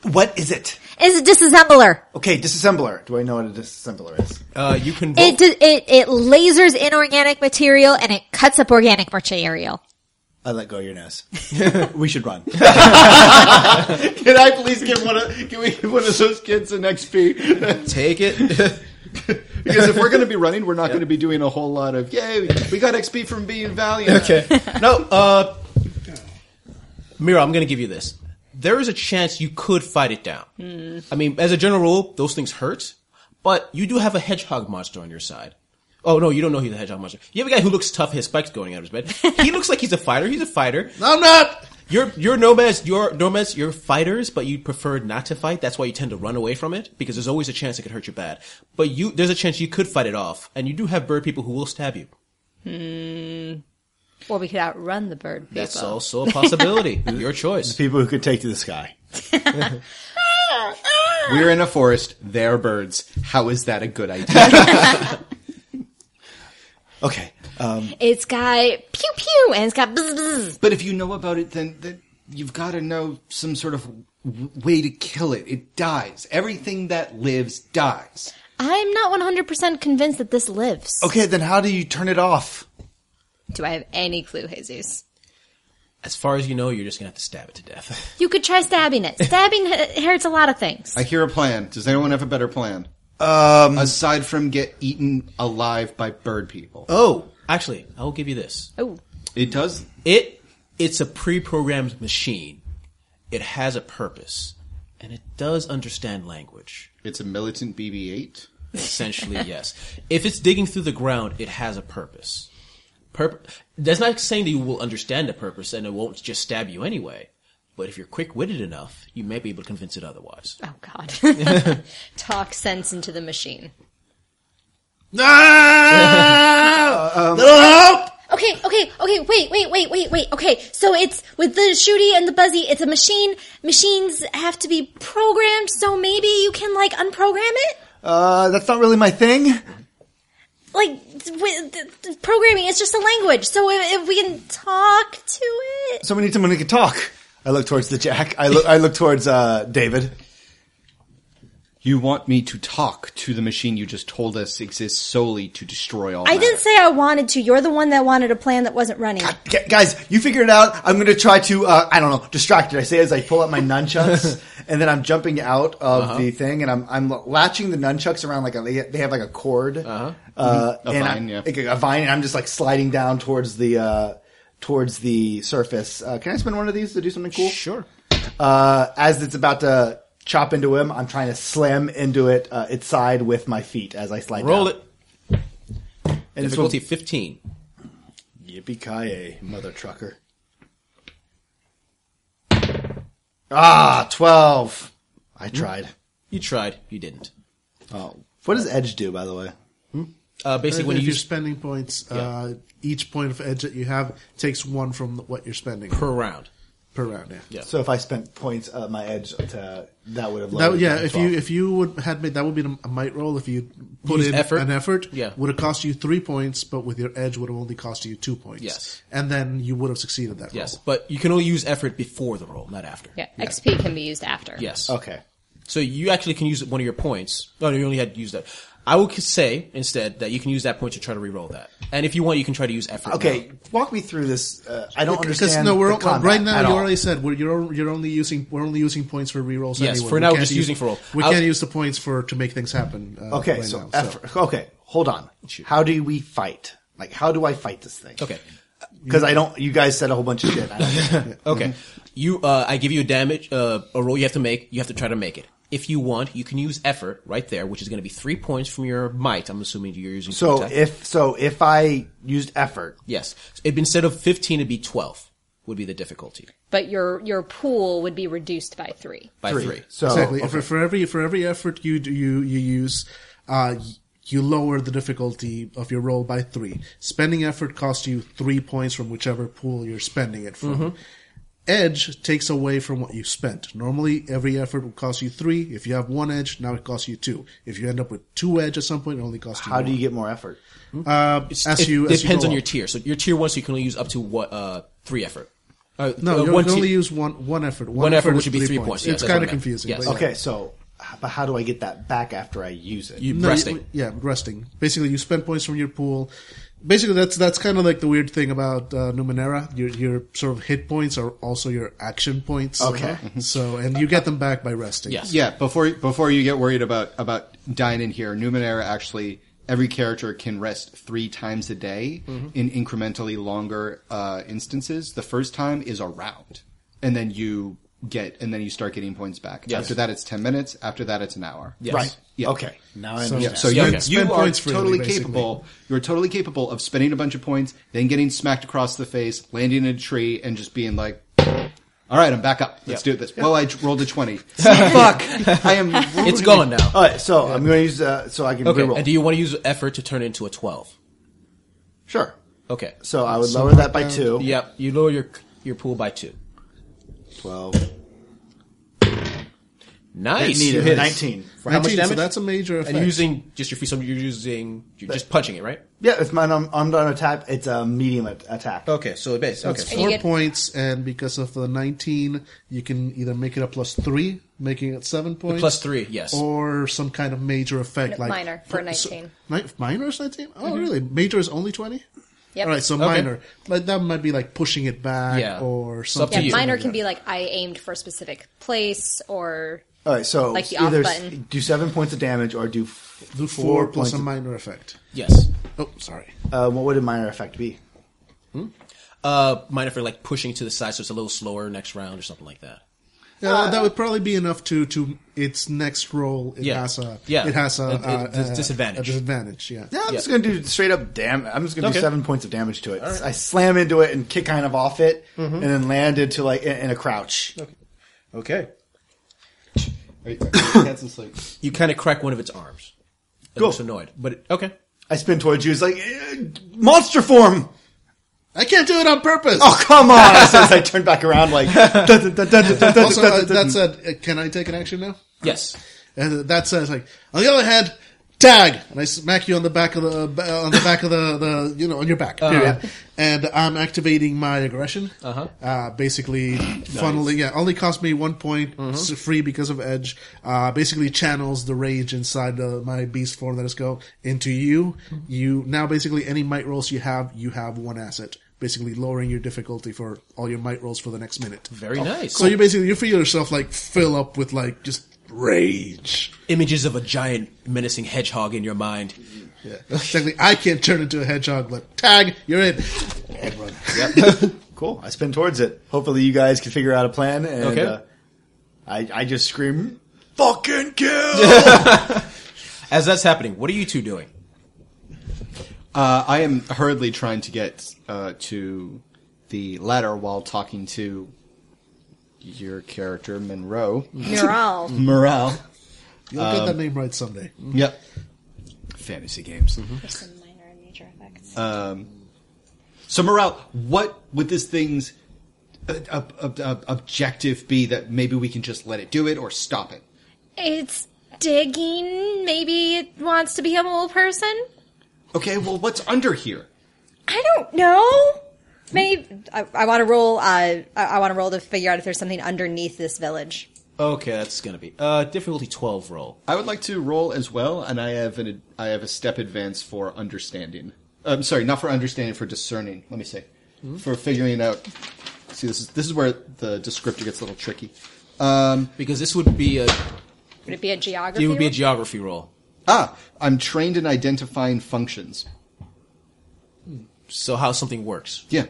S6: what is it?
S7: a disassembler.
S3: Oh.
S6: Okay, disassembler. Do I know what a disassembler is?
S3: Uh, you can roll.
S7: It, di- it it lasers inorganic material and it cuts up organic material.
S6: I let go of your nose. we should run.
S4: Can I please give one of can we give one of those kids an XP?
S3: Take it.
S4: because if we're going to be running, we're not going to be doing a whole lot of yay. We got XP from being valiant.
S3: Okay. no, uh, Mira, I'm going to give you this. There is a chance you could fight it down. I mean, as a general rule, those things hurt, but you do have a hedgehog monster on your side. Oh no, you don't know he's a hedgehog monster. You have a guy who looks tough, his spikes going out of his bed. He looks like he's a fighter. He's a fighter.
S1: I'm not.
S3: You're you're nomads. You're nomads. You're fighters, but you prefer not to fight. That's why you tend to run away from it because there's always a chance it could hurt you bad. But you there's a chance you could fight it off, and you do have bird people who will stab you.
S5: Or we could outrun the bird people.
S3: That's also a possibility. Your choice.
S6: People who could take to the sky.
S4: We're in a forest. They're birds. How is that a good idea?
S6: Okay.
S5: It's got pew pew and it's got bzz bzz.
S4: but if you know about it, then, then you've got to know some sort of w- way to kill it. It dies. Everything that lives dies.
S7: I'm not 100% convinced that this lives.
S6: Okay, then how do you turn it off?
S5: Do I have any clue, Jesus?
S3: As far as you know, you're just gonna have to stab it to death.
S7: You could try stabbing it. Stabbing h- hurts a lot of things.
S4: I hear a plan. Does anyone have a better plan?
S6: Um,
S4: Aside from get eaten alive by bird people.
S3: Oh, actually, I will give you this.
S5: Oh,
S4: It does.
S3: It it's a pre-programmed machine. It has a purpose, and it does understand language.
S4: It's a militant BB-8.
S3: Essentially, yes. If it's digging through the ground, it has a purpose. Purp- That's not saying that you will understand the purpose and it won't just stab you anyway. But if you're quick-witted enough, you may be able to convince it otherwise.
S5: oh God! Talk sense into the machine.
S7: Okay, okay, okay, wait, wait, wait, wait, wait. Okay, so it's with the shooty and the buzzy, it's a machine. Machines have to be programmed, so maybe you can like unprogram it?
S6: uh, that's not really my thing.
S7: Like with the, the programming is just a language. So if, if we can talk to it.
S6: So we need someone who can talk. I look towards the Jack. I look. I look towards uh, David.
S4: You want me to talk to the machine you just told us exists solely to destroy all
S7: I didn't say I wanted to. You're the one that wanted a plan that wasn't running.
S6: Gu- guys, you figure it out. I'm going to try to, uh, I don't know, distract it. I say as I pull out my nunchucks and then I'm jumping out of the thing and I'm, I'm latching the nunchucks around like a, they they have like a cord. Uh-huh.
S4: A
S6: and
S4: vine,
S6: I,
S4: yeah.
S6: like a, a vine and I'm just like sliding down towards the, uh, towards the surface. Uh, can I spin one of these to do something cool?
S3: Sure.
S6: Uh, as it's about to chop into him, I'm trying to slam into it, uh, its side with my feet as I slide
S3: Roll
S6: down.
S3: it.
S6: And it's
S3: Difficulty 15.
S6: Yippee-ki-yay, mother trucker. Ah, 12. I tried.
S3: You tried. You didn't.
S6: Oh. What does edge do, by the way?
S3: Uh, basically, when
S1: if
S3: you
S1: you're
S3: use
S1: spending points, uh, each point of edge that you have takes one from what you're spending
S3: per round.
S1: per round. Yeah.
S6: So if I spent points of my edge, to, that would have
S1: That,
S6: lowered
S1: yeah,
S6: it to
S1: if
S6: 12.
S1: you if you would had made that would be a might roll if you put
S3: Used
S1: in
S3: effort.
S1: an effort
S3: Yeah.
S1: would have cost you three points, but with your edge would have only cost you two points.
S3: Yes.
S1: and then you would have succeeded that.
S3: Yes.
S1: roll.
S3: But you can only use effort before the roll, not after.
S5: Yeah, XP can be used after.
S3: Yes.
S6: Okay.
S3: So you actually can use one of your points. No, you only had to use that. I would say instead that you can use that point to try to re-roll that. And if you want, you can try to use effort.
S6: Okay,
S3: now.
S6: walk me through this. Uh, I don't
S1: Because
S6: understand
S1: no, we're
S6: the combat
S1: right now.
S6: at
S1: You
S6: all.
S1: already said we're, you're you're only using we're only using points for rerolls.
S3: Yes,
S1: anyway.
S3: for
S1: We
S3: now we're
S1: can't
S3: just
S1: use-
S3: using for roll.
S1: We
S3: I was-
S1: can't use the points for to make things happen. Uh,
S6: Okay,
S1: right
S6: so,
S1: now,
S6: effort. Okay, hold on. How do we fight? Like, how do I fight this thing?
S3: Okay.
S6: Because I don't, you guys said a whole bunch of shit. I don't
S3: Okay. You, uh, I give you a damage, uh, a roll you have to make. You have to try to make it. If you want, you can use effort right there, which is going to be three points from your might. I'm assuming you're using. to
S6: so
S3: attack.
S6: if, so if I used effort,
S3: yes, it instead of 15, it'd be 12 would be the difficulty
S5: But your your pool would be reduced by three.
S3: by three.
S6: so
S1: Exactly. For, for every for every effort you do, you you use, uh, y- you lower the difficulty of your roll by three. Spending effort costs you three points from whichever pool you're spending it from.
S3: Mm-hmm.
S1: Edge takes away from what you spent. Normally, every effort will cost you three. If you have one edge, now it costs you two. If you end up with two edge at some point, it only costs you.
S6: How
S1: one.
S6: do you get more effort?
S1: as
S3: it
S1: you as you
S3: depends
S1: go
S3: on your
S1: up.
S3: tier. So your tier one, so you can only use up to what uh, three effort. Uh,
S1: No,
S3: uh,
S1: you
S3: one
S1: can
S3: tier-
S1: only use one one effort. One,
S3: One effort,
S1: is
S3: which would be three points. Yeah,
S1: it's
S3: that's what
S1: kind
S3: I
S1: of
S3: meant.
S1: confusing.
S3: Yes.
S1: but yeah.
S6: Okay, so but how do I get that back after I use it?
S3: you
S1: No,
S3: resting.
S1: you- yeah, resting. Basically, you spend points from your pool. basically that's that's kind of like the weird thing about uh, Numenera. Your your sort of hit points are also your action points.
S6: Okay.
S1: So and you get them back by resting.
S3: Yes.
S4: Yeah, before before you get worried about about dying in here, Numenera actually every character can rest three times a day in incrementally longer uh, instances. The first time is a round, and then you get and then you start getting points back.
S3: Yes.
S4: After that, it's ten minutes. After that, it's an hour.
S3: Yes.
S6: Right.
S4: Yeah.
S6: Okay. Now I
S1: So,
S6: understand.
S4: So
S3: Yeah,
S4: you,
S3: okay.
S4: you
S1: Spend
S4: are
S1: points freely,
S4: totally
S1: basically.
S4: capable. You're totally capable of spending a bunch of points, then getting smacked across the face, landing in a tree, and just being like, "All right, I'm back up. Let's
S3: Yeah.
S4: do this." Well, I j- rolled a twenty. Fuck! I am.
S3: It's gone now.
S6: All right, so I'm going to use uh, so I can
S3: Okay.
S6: reroll.
S3: And do you want to use effort to turn it into a twelve?
S6: sure.
S3: Okay.
S6: So I would lower that by two.
S3: Yep. You lower your your pool by two.
S6: Twelve. I
S3: Nice. You
S6: needed
S3: hit.
S6: nineteen.
S3: For how much
S1: 19,
S3: damage?
S1: So that's a major effect.
S3: and you're using just your free. So you're using you're just punching it, right?
S6: Yeah, it's my un- unarmed attack. It's a medium at- attack.
S3: Okay. So it base.
S1: That's
S5: you
S1: four
S5: get-
S1: points, and because of the 19, you can either make it a plus three, making it seven points.
S3: Plus three. Yes.
S1: Or some kind of major effect
S5: No,
S1: like
S5: minor for Mm-hmm.
S1: so-
S5: 19.
S1: mi- minor is 19? Oh, really? Major is only 20?
S5: Yep.
S1: All right, so minor. Like that might be like pushing it back
S3: Yeah.
S1: or
S3: It's up
S1: something.
S3: to
S5: Yeah,
S3: you.
S5: minor can be like I aimed for a specific place or
S6: All right, so
S5: Like the off
S6: either s-
S5: button.
S6: do seven points of damage or do f-
S1: Do four, plus
S6: points
S1: a
S6: of-
S1: minor effect.
S3: yes.
S1: Oh, sorry.
S6: Uh, what would a minor effect be?
S3: Uh, minor for like pushing to the side, so it's a little slower next round or something like that.
S1: Yeah, that would probably be enough to to its next roll. It
S3: Yeah.
S1: has a
S3: Yeah.
S1: It has a,
S3: A- a
S1: uh,
S3: dis-
S1: uh,
S3: disadvantage.
S1: A disadvantage. Yeah.
S6: Yeah, I'm just
S3: Yeah.
S6: gonna do straight up damn. I'm just gonna
S3: Okay.
S6: do seven points of damage to it. I slam into it and kick kind of off it, and then land into like in, in a crouch.
S3: Okay.
S4: Cats and sleep.
S3: You kind of crack one of its arms. It
S6: Cool.
S3: looks annoyed, but it, okay.
S6: I spin towards you. It's like "Eh, monster form.
S1: I can't do it on purpose.
S6: Oh come on! I says I turn back around like. dun, dun, dun, dun, dun, dun, dun,
S1: also,
S6: dun,
S1: uh,
S6: dun,
S1: that said, uh, can I take an action now?
S3: Yes.
S1: And that says like, on the other hand, tag, and I smack you on the back of the uh, on the back of the, the you know on your back. Period. And I'm activating my aggression. Uh-huh. Basically, funneling. Yeah, only cost me one point s- free because of edge. Uh, basically, channels the rage inside the, my beast form that is go into you. You now basically any might rolls you have, you have one asset. Basically, lowering your difficulty for all your might rolls for the next minute.
S3: Very nice.
S1: So you basically you feel yourself like fill up with like just rage.
S3: images of a giant menacing hedgehog in your mind.
S1: Yeah. Technically, I can't turn into a hedgehog, but tag, you're in. And run.
S6: Cool. I spin towards it. Hopefully, you guys can figure out a plan. And,
S3: Okay.
S6: Uh, I I just scream, "Fucking kill!"
S3: As that's happening, what are you two doing?
S4: Uh, I am hurriedly trying to get uh, to the ladder while talking to your character, Monroe.
S5: mural.
S3: Mm-hmm.
S4: Morale.
S1: You'll get
S3: Um,
S1: that name right someday.
S4: Yep. Fantasy games.
S3: Mm-hmm.
S7: There's some minor and major effects.
S4: So, Morale, what would this thing's uh, ob- ob- ob- objective be that maybe we can just let it do it or stop it?
S7: It's digging. Maybe it wants to become a little person.
S4: Okay, well, what's under here?
S5: I don't know. Maybe I, I want to roll. Uh, I, I want to roll to figure out if there's something underneath this village.
S3: Okay, that's gonna be uh difficulty twelve roll.
S4: I would like to roll as well, and I have an ad- I have a step advance for understanding. I'm sorry, not for understanding, for discerning. Let me say, for figuring out. See, this is this is where the descriptor gets a little tricky. Um,
S3: Because this would be a
S5: Would it be a geography?
S3: it would be a
S5: roll?
S3: geography roll.
S4: ah, I'm trained in identifying functions.
S3: So how something works.
S4: Yeah.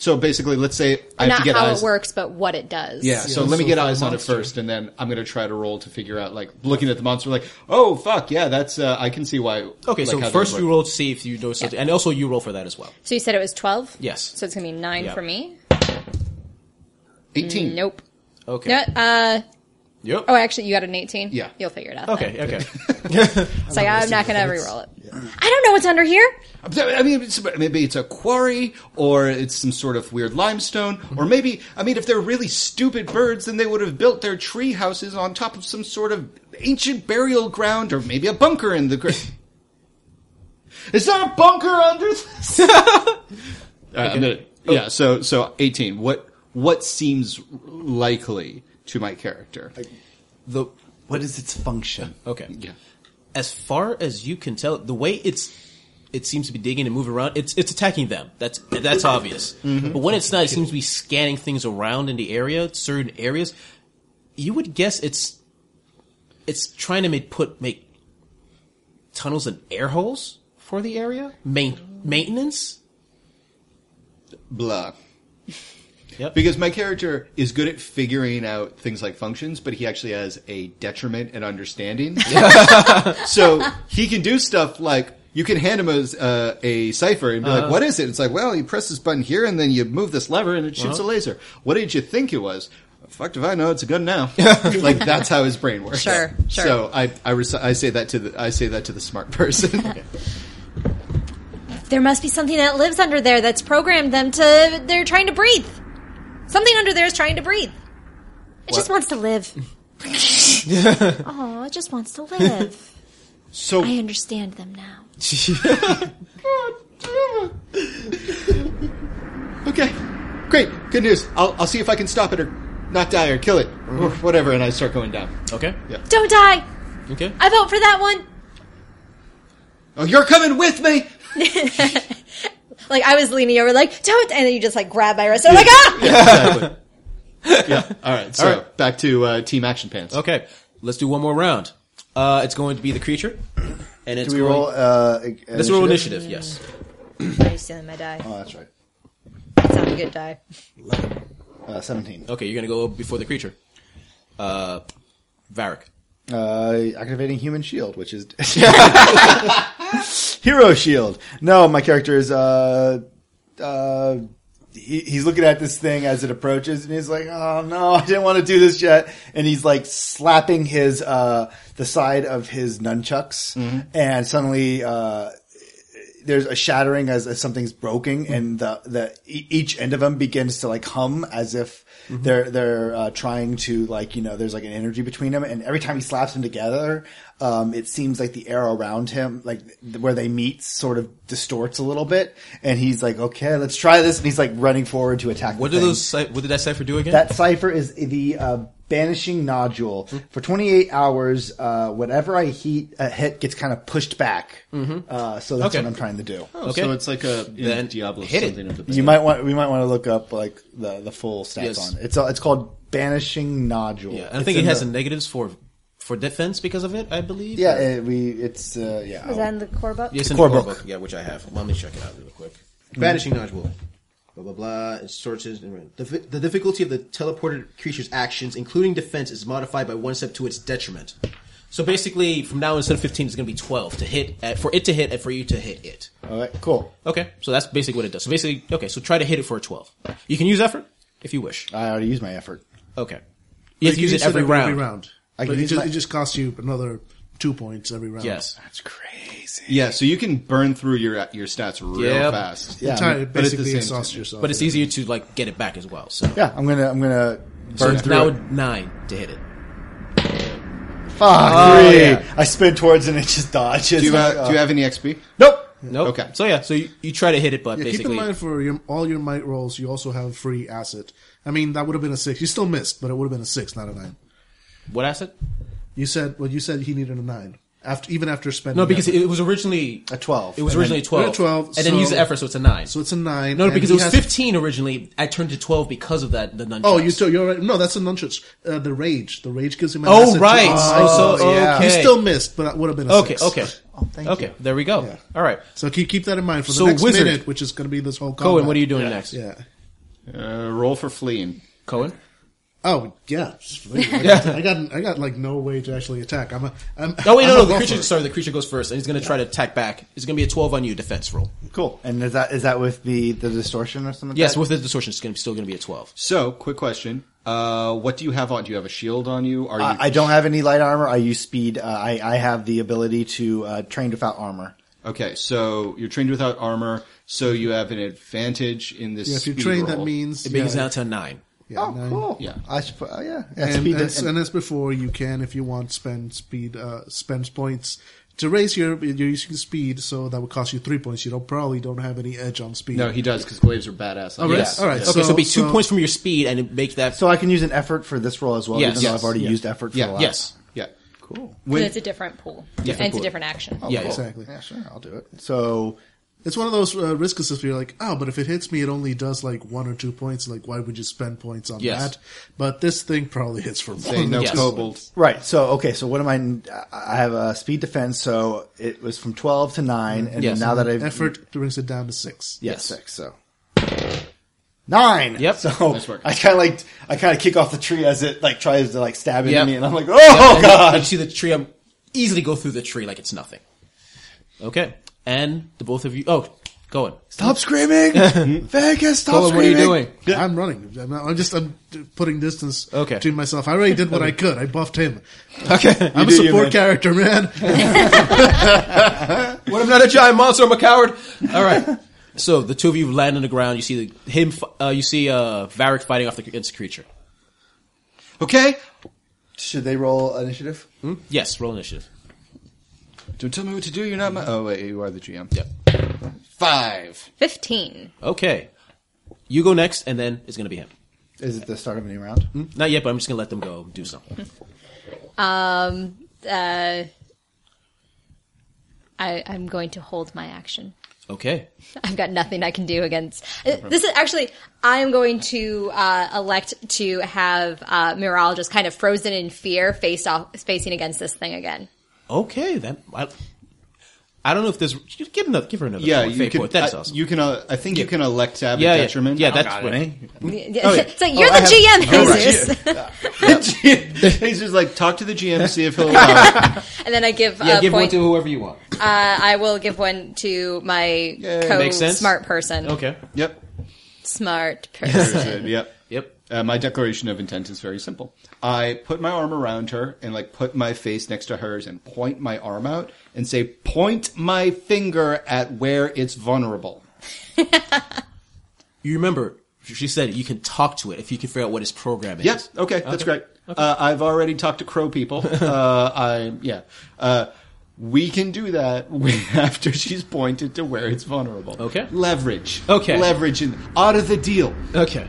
S4: So basically, let's say I have
S5: Not
S4: to get
S5: how
S4: eyes.
S5: it works, but what it does.
S4: Yeah, so let me
S1: so
S4: get
S1: for
S4: eyes on it
S1: monster.
S4: first, and then I'm gonna try to roll to figure out, like, looking at the monster, like, oh fuck, yeah, that's uh, I can see why.
S3: Okay,
S4: like, how
S3: so
S4: they
S3: first
S4: look.
S3: you roll to see if you know something, and also you roll for that as well.
S5: So you said it was twelve.
S3: Yes.
S5: So it's gonna be nine
S3: Yeah.
S5: for me.
S4: eighteen.
S5: Nope.
S3: Okay.
S5: No. Uh.
S3: Yep.
S5: Oh, actually, you got an eighteen.
S4: Yeah.
S5: You'll figure it out. then.
S3: Okay. Okay.
S5: It's like I'm not gonna re-roll it. I don't know what's under here.
S4: I mean, it's, maybe it's a quarry, or it's some sort of weird limestone, or maybe, I mean, if they're really stupid birds, then they would have built their tree houses on top of some sort of ancient burial ground, or maybe a bunker in the grave. Is there a bunker under this? Uh, I'm gonna- Yeah, so, so 18. What, what seems likely to my character?
S3: the
S6: Oh. what is its function?
S3: okay.
S4: yeah.
S3: As far as you can tell, the way it's it seems to be digging and moving around, it's it's attacking them. That's that's obvious.
S4: Mm-hmm.
S3: But when it's not, it seems to be scanning things around in the area, certain areas. You would guess it's it's trying to make put make tunnels and air holes for the area Main, maintenance.
S4: Blah.
S3: Yep.
S4: Because my character is good at figuring out things like functions, but he actually has a detriment in understanding. so he can do stuff like you can hand him a, uh, a cipher and be like, "What is it?" It's like, "Well, you press this button here, and then you move this lever, and it shoots a laser." What did you think it was? Fuck if I know. It's a gun now. like that's how his brain works.
S5: Sure, sure.
S4: So I I, rec- I say that to the I say that to the smart person.
S7: There must be something that lives under there that's programmed them to. They're trying to breathe. Something under there is trying to breathe.
S5: It just wants to live.
S7: Oh, it just wants to live.
S4: so
S7: I understand them now.
S4: Okay, great, good news. I'll, I'll see if I can stop it or not die or kill it or whatever, and I start going down.
S3: Okay.
S7: Don't die!
S3: Okay.
S7: I vote for that one!
S4: Oh, you're coming with me.
S5: Like I was leaning over, like don't, and then you just like grab my wrist. I'm like ah.
S4: yeah. All right. So
S3: All right.
S4: back to uh, team action pants.
S3: Okay. Let's do one more round. Uh, it's going to be the creature, and it's
S6: Do we
S3: going,
S6: roll? Uh, ig-
S3: Let's roll initiative. Yes.
S5: I just stealing my die.
S6: Oh, that's right.
S5: It's not a good die.
S6: Uh, Seventeen.
S3: Okay, you're gonna go before the creature. Uh, Varric.
S6: Uh, activating human shield, which is hero shield. No, my character is uh, uh, he, he's looking at this thing as it approaches, and he's like, "Oh no, I didn't want to do this yet." And he's like slapping his uh the side of his nunchucks,
S3: Mm-hmm.
S6: and suddenly uh there's a shattering as, as something's broken, and the the e- each end of them begins to like hum as if
S3: Mm-hmm.
S6: they're they're uh, trying to like you know there's like an energy between them, and every time he slaps them together, um, it seems like the air around him, like th- where they meet, sort of distorts a little bit, and he's like, okay, let's try this, and he's like running forward to attack.
S3: What
S6: the
S3: did
S6: thing.
S3: those? cy- What did that cipher do again?
S6: That cipher is the uh, banishing nodule.
S3: Hmm.
S6: For 28 hours, uh, whatever I heat, uh, hit gets kind of pushed back. Uh, so that's
S3: Mm-hmm. Okay. Oh,
S6: what I'm trying to do.
S3: okay.
S4: So it's like a in
S3: Then
S4: Diablo
S3: hit it.
S4: something of the
S6: You might want we might want to look up like the the full stats
S3: Yes.
S6: on it. It's uh, it's called banishing nodule.
S3: yeah, and I
S6: It's
S3: think
S6: in
S3: it has
S6: the-
S3: a negatives for for defense because of it. I believe.
S6: yeah.
S3: Or-
S6: It, we it's uh, yeah.
S5: Was that in the core book?
S3: Yes, in
S6: Core
S3: the core
S6: book.
S3: book. Mm-hmm. Yeah, which I have. Let me check it out really quick.
S8: Vanishing nodule. Blah blah blah. It searches and the, the difficulty of the teleported creature's actions, including defense, is modified by one step to its detriment.
S3: So basically, from now on, instead of fifteen, it's going to be twelve to hit at, for it to hit and for you to hit it.
S6: All right, cool.
S3: Okay, so that's basically what it does. So basically, okay, so try to hit it for a twelve. You can use effort if you wish.
S6: I already used my effort.
S3: Okay, you have to use it every round.
S6: I
S1: but
S6: can
S1: it
S6: use
S1: just,
S6: my-
S1: it just costs you another two points every round.
S3: Yes.
S6: That's crazy.
S4: Yeah. So you can burn through your your stats real
S3: Yep.
S4: fast.
S1: It
S6: Yeah,
S1: ti-
S6: but
S1: it
S4: at the
S1: basically
S4: same
S1: exhausts
S4: time-
S1: yourself.
S3: But it's easier to like get it back as well. So,
S6: Yeah, I'm gonna I'm gonna
S3: so
S6: burn
S3: it's
S6: through.
S3: now
S6: it.
S3: nine to hit it.
S6: Fuck me.
S3: yeah.
S6: I spin towards and it just dodges.
S4: Do you have,
S6: Uh,
S4: do you have any XP?
S6: nope.
S3: Nope.
S4: Okay.
S3: So yeah, so you, you try to hit it, but
S1: Yeah, keep
S3: basically,
S1: in mind for your, all your might rolls, you also have free acid. I mean, that would have been a six. You still missed, but it would have been a six, not a nine.
S3: what asset?
S1: You said, well, you said he needed a nine after even after spending.
S3: No, because
S1: effort.
S3: it was originally
S6: A 12.
S3: It was
S6: And
S3: originally
S1: then-
S3: twelve.
S1: Yeah, 12,
S3: and then you use
S1: so-
S3: the effort, so it's a nine.
S1: so it's a nine.
S3: no,
S1: and
S3: because
S1: he
S3: it was
S1: has-
S3: fifteen originally. I turned to twelve because of that. The nunchucks.
S1: Oh, you still you're right. No, that's a nunchucks. Uh, the rage, the rage gives him. An
S3: Oh
S1: acid
S3: right.
S1: To,
S3: Oh, so
S6: yeah.
S3: okay.
S1: You still missed, but that would have been a
S3: Oh, okay.
S1: six.
S3: Okay.
S6: thank
S3: okay.
S6: you.
S3: There we go.
S1: Yeah.
S3: All right.
S1: So keep keep that in mind for the
S3: So
S1: next
S3: wizard.
S1: minute, which is going to be this whole. Combat.
S3: Cohen, what are you doing next?
S1: Yeah.
S4: Uh, roll for fleeing.
S3: Cohen.
S1: Oh yeah. I got, I got I got like no way to actually attack. I'm a. I'm,
S3: Oh
S1: I'm
S3: wait, no,
S1: a
S3: no. The
S1: golfer.
S3: creature. Sorry, the creature goes first, and he's going to try to attack back. It's going to be a twelve on you defense roll.
S6: Cool. And is that is that with the the distortion or something? like
S3: Yes,
S6: that?
S3: with the distortion, it's going to still going to be a twelve.
S4: So, quick question: uh, What do you have on? Do you have a shield on you? Are you?
S6: I, I don't have any light armor. I use speed. Uh, I I have the ability to uh, train without armor.
S4: Okay, so you're trained without armor, so you have an advantage in this.
S1: Yeah, if you're
S4: speed
S1: trained, that
S4: roll.
S1: means
S3: It begins
S1: yeah,
S3: down to a nine.
S1: yeah,
S6: Oh,
S1: nine.
S4: Yeah.
S6: I should put, oh, yeah. yeah
S1: and,
S6: speed
S1: as,
S6: and-
S1: and as before, you can, if you want, spend speed, uh, spend points to raise your you're using speed, so that would cost you three points. You don't probably don't have any edge on speed.
S4: No, he does because glaives are badass.
S1: All right,
S3: Yes.
S1: all right.
S3: Okay, so, it'll be two
S1: so-
S3: points from your speed, and it make that.
S6: so I can use an effort for this roll as well,
S3: Yes.
S6: even though
S3: Yes.
S6: I've already
S3: Yeah.
S6: used effort for
S4: Yeah.
S6: the last.
S3: yes.
S4: Yeah.
S1: Oh,
S6: Cool.
S5: But it's a different pool.
S3: Different
S5: and it's
S3: pool.
S5: a different action.
S3: Yeah, yeah.
S1: Exactly.
S6: Yeah, sure. I'll do it. So
S1: It's one of those uh, risk assessments where you're like, oh, but if it hits me, it only does like one or two points. Like, why would you spend points on
S3: Yes.
S1: that? But this thing probably hits for
S4: Say
S1: one.
S4: no
S3: Yes.
S4: kobold.
S6: right. So okay. So what am I? I have a speed defense. So it was from twelve to nine, and
S3: Yes.
S6: now that I've
S1: Effort brings it down to six.
S6: yeah,
S3: Yes.
S6: six. So nine.
S3: Yep.
S6: So
S3: Nice work.
S6: I kind of like I kind of kick off the tree as it like tries to like stab into
S3: Yep.
S6: me, and I'm like, oh
S3: and
S6: god.
S3: You see the tree. I'm easily go through the tree like it's nothing. Okay, and the both of you. Oh, going.
S6: Stop screaming, Vegas! Stop
S3: Colin,
S6: screaming.
S3: what are you doing?
S1: I'm running. I'm, not, I'm just I'm putting distance
S3: Okay.
S1: between myself. I already did what I could. I buffed him.
S6: Okay,
S1: I'm a
S6: do you,
S1: support
S6: man.
S1: character, man.
S3: What? I'm not a giant monster. I'm a coward. All right. So the two of you land on the ground. You see the, him. fi- Uh, you see uh, Varric fighting off the, against the creature.
S4: Okay.
S6: Should they roll initiative?
S3: Yes. Roll initiative.
S4: Don't tell me what to do. You're not my. Oh wait, you are the GM.
S3: Yep.
S4: Five.
S5: 15.
S3: Okay. You go next, and then it's gonna be him.
S6: Is it the start of a new round?
S3: Not yet, but I'm just gonna let them go do something.
S5: Uh, I, I'm going to hold my action.
S3: Okay.
S5: I've got nothing I can do against. uh, This is actually, I am going to uh, elect to have uh, Miral just kind of frozen in fear, face off, facing against this thing again.
S3: Okay. Then I, I don't know if there's. Give another. Give her another.
S4: Yeah,
S3: point,
S4: you
S3: fate
S4: can.
S3: point. That's
S4: I,
S3: awesome.
S4: You can. Uh, I think you can elect to have
S3: yeah,
S4: a
S3: yeah.
S4: detriment. Oh,
S3: Yeah, that's what. Oh,
S5: it's like, you're the GM, Jesus.
S4: He's just like talk to the GM, see if he'll. Uh,
S5: And then I give
S3: Yeah,
S5: a
S3: give one
S5: Uh, point.
S3: to whoever you want.
S5: uh, I will give one to my co
S3: Makes sense.
S5: smart person.
S3: Okay.
S4: yep.
S5: Smart
S4: There's
S5: person.
S4: it, Yep.
S3: Yep.
S4: Uh, my declaration of intent is very simple. I put my arm around her and like put my face next to hers and point my arm out and say, point my finger at where it's vulnerable.
S3: You remember, she said you can talk to it if you can figure out what its programming
S4: Yes.
S3: is.
S4: Okay. That's great. Uh, I've already talked to crow people. Uh, I yeah. Uh, we can do that after she's pointed to where it's vulnerable.
S3: Okay.
S4: Leverage.
S3: Okay.
S4: Leverage and out of the deal.
S3: Okay.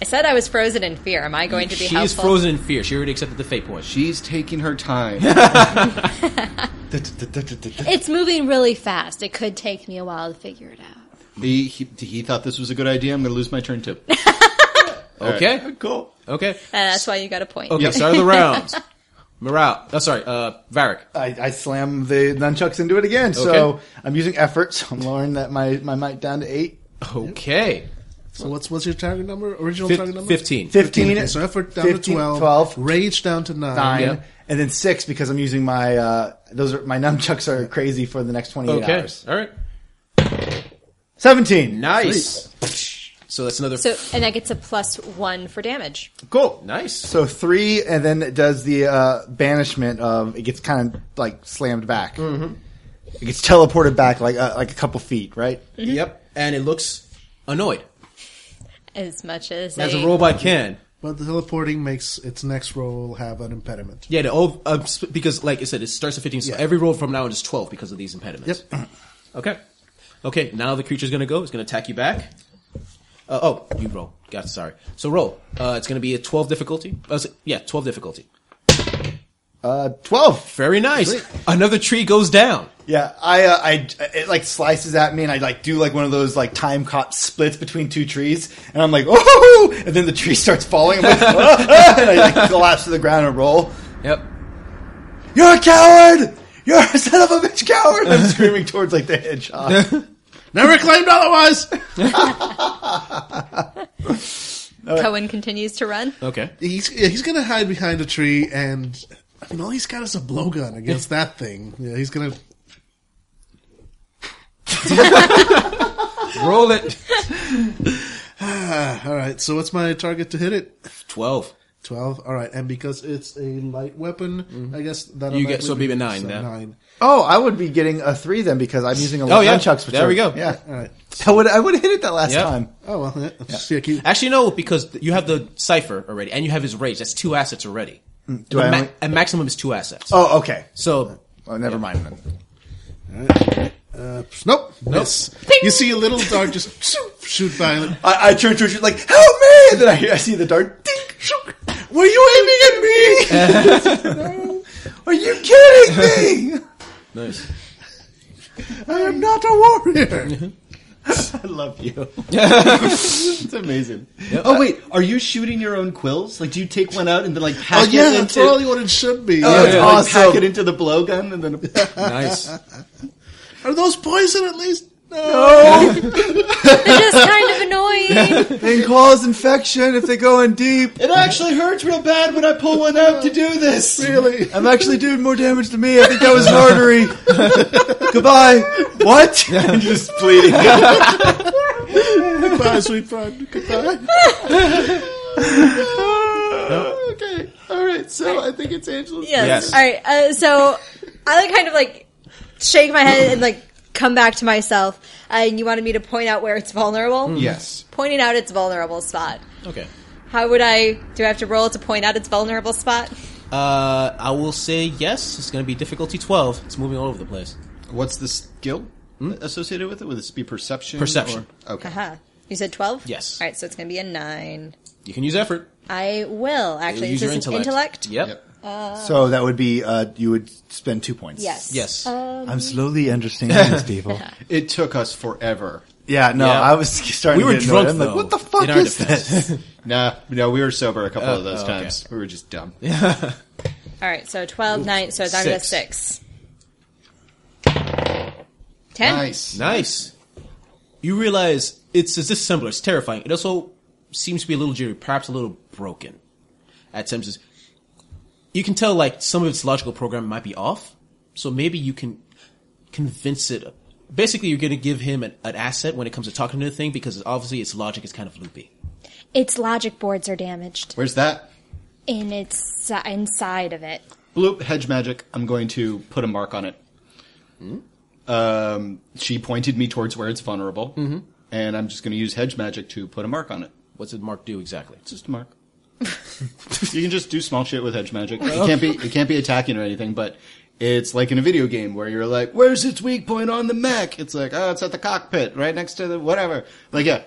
S5: I said I was frozen in fear. Am I going to be
S3: She is
S5: helpful?
S3: frozen in fear. She already accepted the fate point. She,
S4: She's taking her time.
S5: It's moving really fast. It could take me a while to figure it out.
S4: he, he he thought this was a good idea. I'm going to lose my turn too.
S3: okay.
S4: Cool.
S3: Okay.
S5: Uh, that's why you got a point.
S3: Okay. Start of the rounds. Morale. Oh, sorry. Uh, Varric.
S6: I, I slam the nunchucks into it again. So
S3: Okay.
S6: I'm using effort. So I'm lowering that my my mic down to eight.
S3: Okay.
S1: So what's what's your target number? Original
S3: Fif-
S1: target number?
S3: Fifteen.
S6: Fifteen.
S1: Okay, so effort down to
S6: 15,
S1: 12,
S6: Twelve.
S1: Rage down to nine.
S6: nine,
S3: Yep.
S6: and then six because I'm using my uh those are my nunchucks are crazy for the next 28
S3: Okay.
S6: hours.
S3: All right.
S6: Seventeen.
S3: Nice. So that's another.
S5: So, and that gets a plus one for damage.
S6: Cool.
S3: nice.
S6: So three, and then it does the uh, banishment of it gets kind of like slammed back.
S3: Mm-hmm.
S6: It gets teleported back like uh, like a couple feet, right?
S3: Yep. And it looks annoyed.
S5: As much as,
S3: As
S5: a-
S3: a robot can.
S1: But the teleporting makes its next roll have an impediment.
S3: Yeah, the old, uh, sp- because like I said, it starts at 15, so
S1: Yeah.
S3: every roll from now on is 12 because of these impediments. Yep. okay. Okay, now the creature's gonna go, it's gonna attack you back. Uh, oh, you roll. Got sorry. So roll. Uh, it's gonna be a 12 difficulty. Uh, so- yeah, 12 difficulty.
S6: Uh, Twelve.
S3: Very nice. Another tree goes down.
S6: Yeah, I, uh, I, it like slices at me, and I like do like one of those like time cop splits between two trees, and I'm like, oh! And then the tree starts falling, I'm like, "Ah, ah," and I like collapse to the ground and roll.
S3: Yep.
S6: You're a coward! You're a son of a bitch coward! I'm screaming towards like the hedgehog.
S1: Never claimed otherwise.
S5: Cohen continues to run.
S3: Okay.
S1: he's he's gonna hide behind a tree, and I mean, all he's got is a blowgun against that thing. Yeah, he's gonna.
S3: Roll it.
S1: All right, so what's my target to hit it?
S3: 12.
S1: Twelve. All right, and because it's a light weapon, I guess that
S3: You get- so it'd be a nine, yeah.
S1: Nine.
S6: oh, I would be getting a three then because I'm using a
S3: Oh, yeah.
S6: nunchucks. which
S3: There
S6: are-
S3: we go.
S6: Yeah,
S1: All right.
S6: I would I would have hit it that last
S3: Yep.
S6: time.
S1: Oh well, yeah. Ah. Just, yeah, keep-
S3: Actually, no, because you have the cipher already, and you have his rage. That's two assets already.
S6: Mm, Do I?
S3: Ma-
S6: only-
S3: and maximum is two assets.
S6: oh, okay.
S3: So,
S6: Oh, never mind then.
S1: uh, nope. Miss. You see a little dart just shoot, shoot by. Like,
S6: I, I turn to her, like, help me! And then I, hear- I see the dart, dink, shook. Were you aiming at me? Are you kidding me?
S3: Nice.
S1: I am not a warrior.
S4: I love you. it's amazing. oh wait, are you shooting your own quills? Like, do you take one out and then like
S1: oh
S4: pack
S1: yeah,
S4: it
S1: that's
S4: into?
S1: probably what it should be.
S4: yeah,
S1: Oh, Yeah.
S4: like,
S6: awesome.
S4: Pack it into the blowgun and then.
S3: Nice.
S1: Are those poison at least? No.
S7: They're just kind of annoying.
S6: They can cause infection if they go in deep.
S4: It actually hurts real bad when I pull one out to do this.
S1: Really?
S6: I'm actually doing more damage to me. I think that was an artery. Goodbye. What?
S4: Just bleeding.
S1: Goodbye, sweet friend. Goodbye.
S4: okay. All right.
S6: uh,
S4: So I think it's Angela's.
S3: Yes.
S7: Yes. All right. Uh, so I like kind of like shake my head and like come back to myself. Uh, and you wanted me to point out where it's vulnerable.
S4: Yes.
S7: Pointing out its vulnerable spot.
S3: Okay.
S7: How would I? Do I have to roll to point out its vulnerable spot?
S3: Uh, I will say yes. It's going to be difficulty 12. It's moving all over the place.
S4: What's the skill
S6: Hmm?
S4: associated with it? Would this be perception?
S3: Perception.
S4: or- okay.
S7: Aha. You said twelve.
S3: Yes.
S7: All right. So it's going to be a nine.
S3: You can use effort.
S7: I will actually.
S3: use
S7: Is this an intellect?
S3: Yep.
S4: Yep.
S6: So that would be uh, you would spend two points.
S7: Yes.
S3: Yes.
S7: Uh,
S6: I'm slowly understanding these people.
S4: It took us forever.
S6: Yeah, no,
S3: Yeah.
S6: I was starting.
S3: we were
S6: to get annoyed.
S3: drunk,
S6: I'm like,
S3: though,
S6: what the fuck
S3: in our
S6: is
S3: defense.
S6: this?
S4: Nah, no, we were sober a couple
S3: Oh,
S4: of those
S3: oh, okay.
S4: times. We were just dumb.
S7: All right. So 12, nine. So I'm at a six. Ten.
S4: Nice.
S3: Nice. You realize it's a dissimilar. It's terrifying. It also seems to be a little jittery, perhaps a little broken at times. It's- You can tell like some of its logical programming might be off, so maybe you can convince it. Basically, you're going to give him an, an asset when it comes to talking to the thing because obviously its logic is kind of loopy.
S7: Its logic boards are damaged
S4: Where's that?
S7: in its uh, inside of it.
S4: Bloop, hedge magic. I'm going to put a mark on it. Um, she pointed me towards where it's vulnerable, and I'm just going to use hedge magic to put a mark on it.
S3: What's the mark do exactly?
S4: It's just a mark. you can just do small shit with hedge magic. It can't be it can't be attacking or anything, but it's like in a video game where you're like, "Where's its weak point on the mech?" It's like, "Oh, it's at the cockpit, right next to the whatever." Like, yeah,